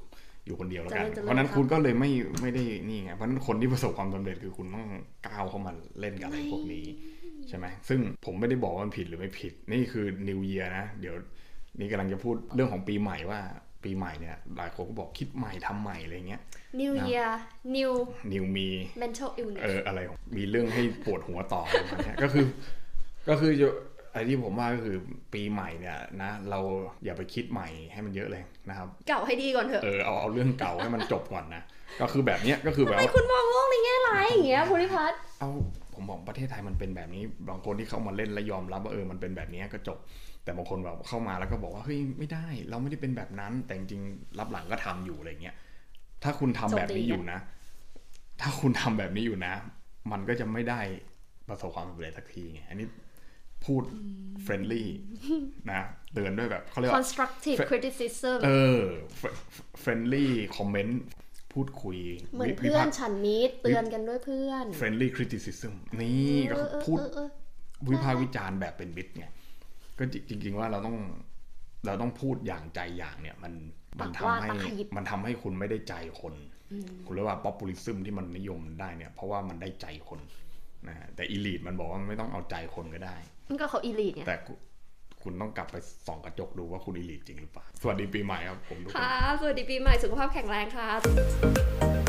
[SPEAKER 1] อยู่คนเดียวแล้วกัน
[SPEAKER 2] จะเล่นจะเล่น
[SPEAKER 1] เพราะฉะนั้น
[SPEAKER 2] ครับ
[SPEAKER 1] คุณก็เลยไม่ไม่ได้นี่ไง เพราะฉะนั้นคนที่ประสบความสำเร็จคือคุณต้องก้าวเข้ามาเล่นกับอะไรพวกนี้ ใช่ไหม ซึ่งผมไม่ได้บอกว่ามันผิดหรือไม่ผิด นี่คือ New Year นะ เดี๋ยวนี่กำลังจะพูดเรื่องของปีใหม่ว่า ปีใหม่เนี่ยหลายคนก็บอกคิดใหม่ทำใหม่อะไรเงี้ย
[SPEAKER 2] New
[SPEAKER 1] นะ
[SPEAKER 2] Year New
[SPEAKER 1] New Me
[SPEAKER 2] Mental
[SPEAKER 1] เอ
[SPEAKER 2] Illness
[SPEAKER 1] ออะไรของมีเรื่องให้ปวดหัวต่อประมาณเนี้ยก็คือ ก็คือจะไอ้ที่ผมว่าก็คือปีใหม่เนี่ยนะ เราอย่าไปคิดใหม่ให้มันเยอะเลยนะครับ
[SPEAKER 2] เก่าให้ดีก่อนเถอะ
[SPEAKER 1] เออเอาเอาเรื่องเก่าให้มันจบก่อนนะ ก็คือแบบเนี้ยก็คือแบบ
[SPEAKER 2] ทำไมคุณมองโลกในแง่ร้ายอย่างเงี้ยคุณพิพัฒน์
[SPEAKER 1] เอาผมบอกประเทศไทยมันเป็นแบบนี้บางคนที่เข้ามาเล่นและยอมรับว่าเออมันเป็นแบบเนี้ยก็จบ แต่บางคนแบบเข้ามาแล้วก็บอกว่าเฮ้ยไม่ได้ เราไม่ได้เป็นแบบนั้น แต่จริงๆรับหลังก็ทำอยู่อะไรเงี้ยถ้าคุณทำแบบนี้อยู่นะ ถ้าคุณทำแบบนี้อยู่นะ มันก็จะไม่ได้ ประสบความสำเร็จสักทีไงอันนี้พูดเฟรนลี่นะเตือนด้วยแบบเขาเรียกว่า
[SPEAKER 2] constructive criticism
[SPEAKER 1] เออเฟรนลี่คอมเมนต์พูดคุย
[SPEAKER 2] เหมือน
[SPEAKER 1] วิ
[SPEAKER 2] เพื่อ
[SPEAKER 1] พาน กษ์
[SPEAKER 2] ฉันมีตเตือนกันด้วยเพื่อน
[SPEAKER 1] friendly criticism นี่ก็คือพูด
[SPEAKER 2] เออเออเออ
[SPEAKER 1] วิพากษ์วิจารณ์แบบเป็นมิตรไงก็จริง ๆ ว่าเราต้องเราต้องพูดอย่างใจอย่างเนี่ย มันมัน
[SPEAKER 2] ปากว่า
[SPEAKER 1] ทำให้
[SPEAKER 2] ตะขยิบ
[SPEAKER 1] มันทำให้คุณไม่ได้ใจคน คุณเรียกว่าป๊อปปูลิซึมที่มันนิยมได้เนี่ย เพราะว่ามันได้ใจคนนะฮะแต่อีลีทมันบอกว่าไม่ต้องเอาใจคนก็ได้
[SPEAKER 2] มันก็เขาอีลีดไง
[SPEAKER 1] แต่คุณคุณต้องกลับไปส่องกระจกดูว่าคุณอีลีทจริงหรือเปล่า สวัสดีปีใหม่ครับผมทุกคน
[SPEAKER 2] ค่ะ สวัสดีปีใหม่สุขภาพแข็งแรงค่ะ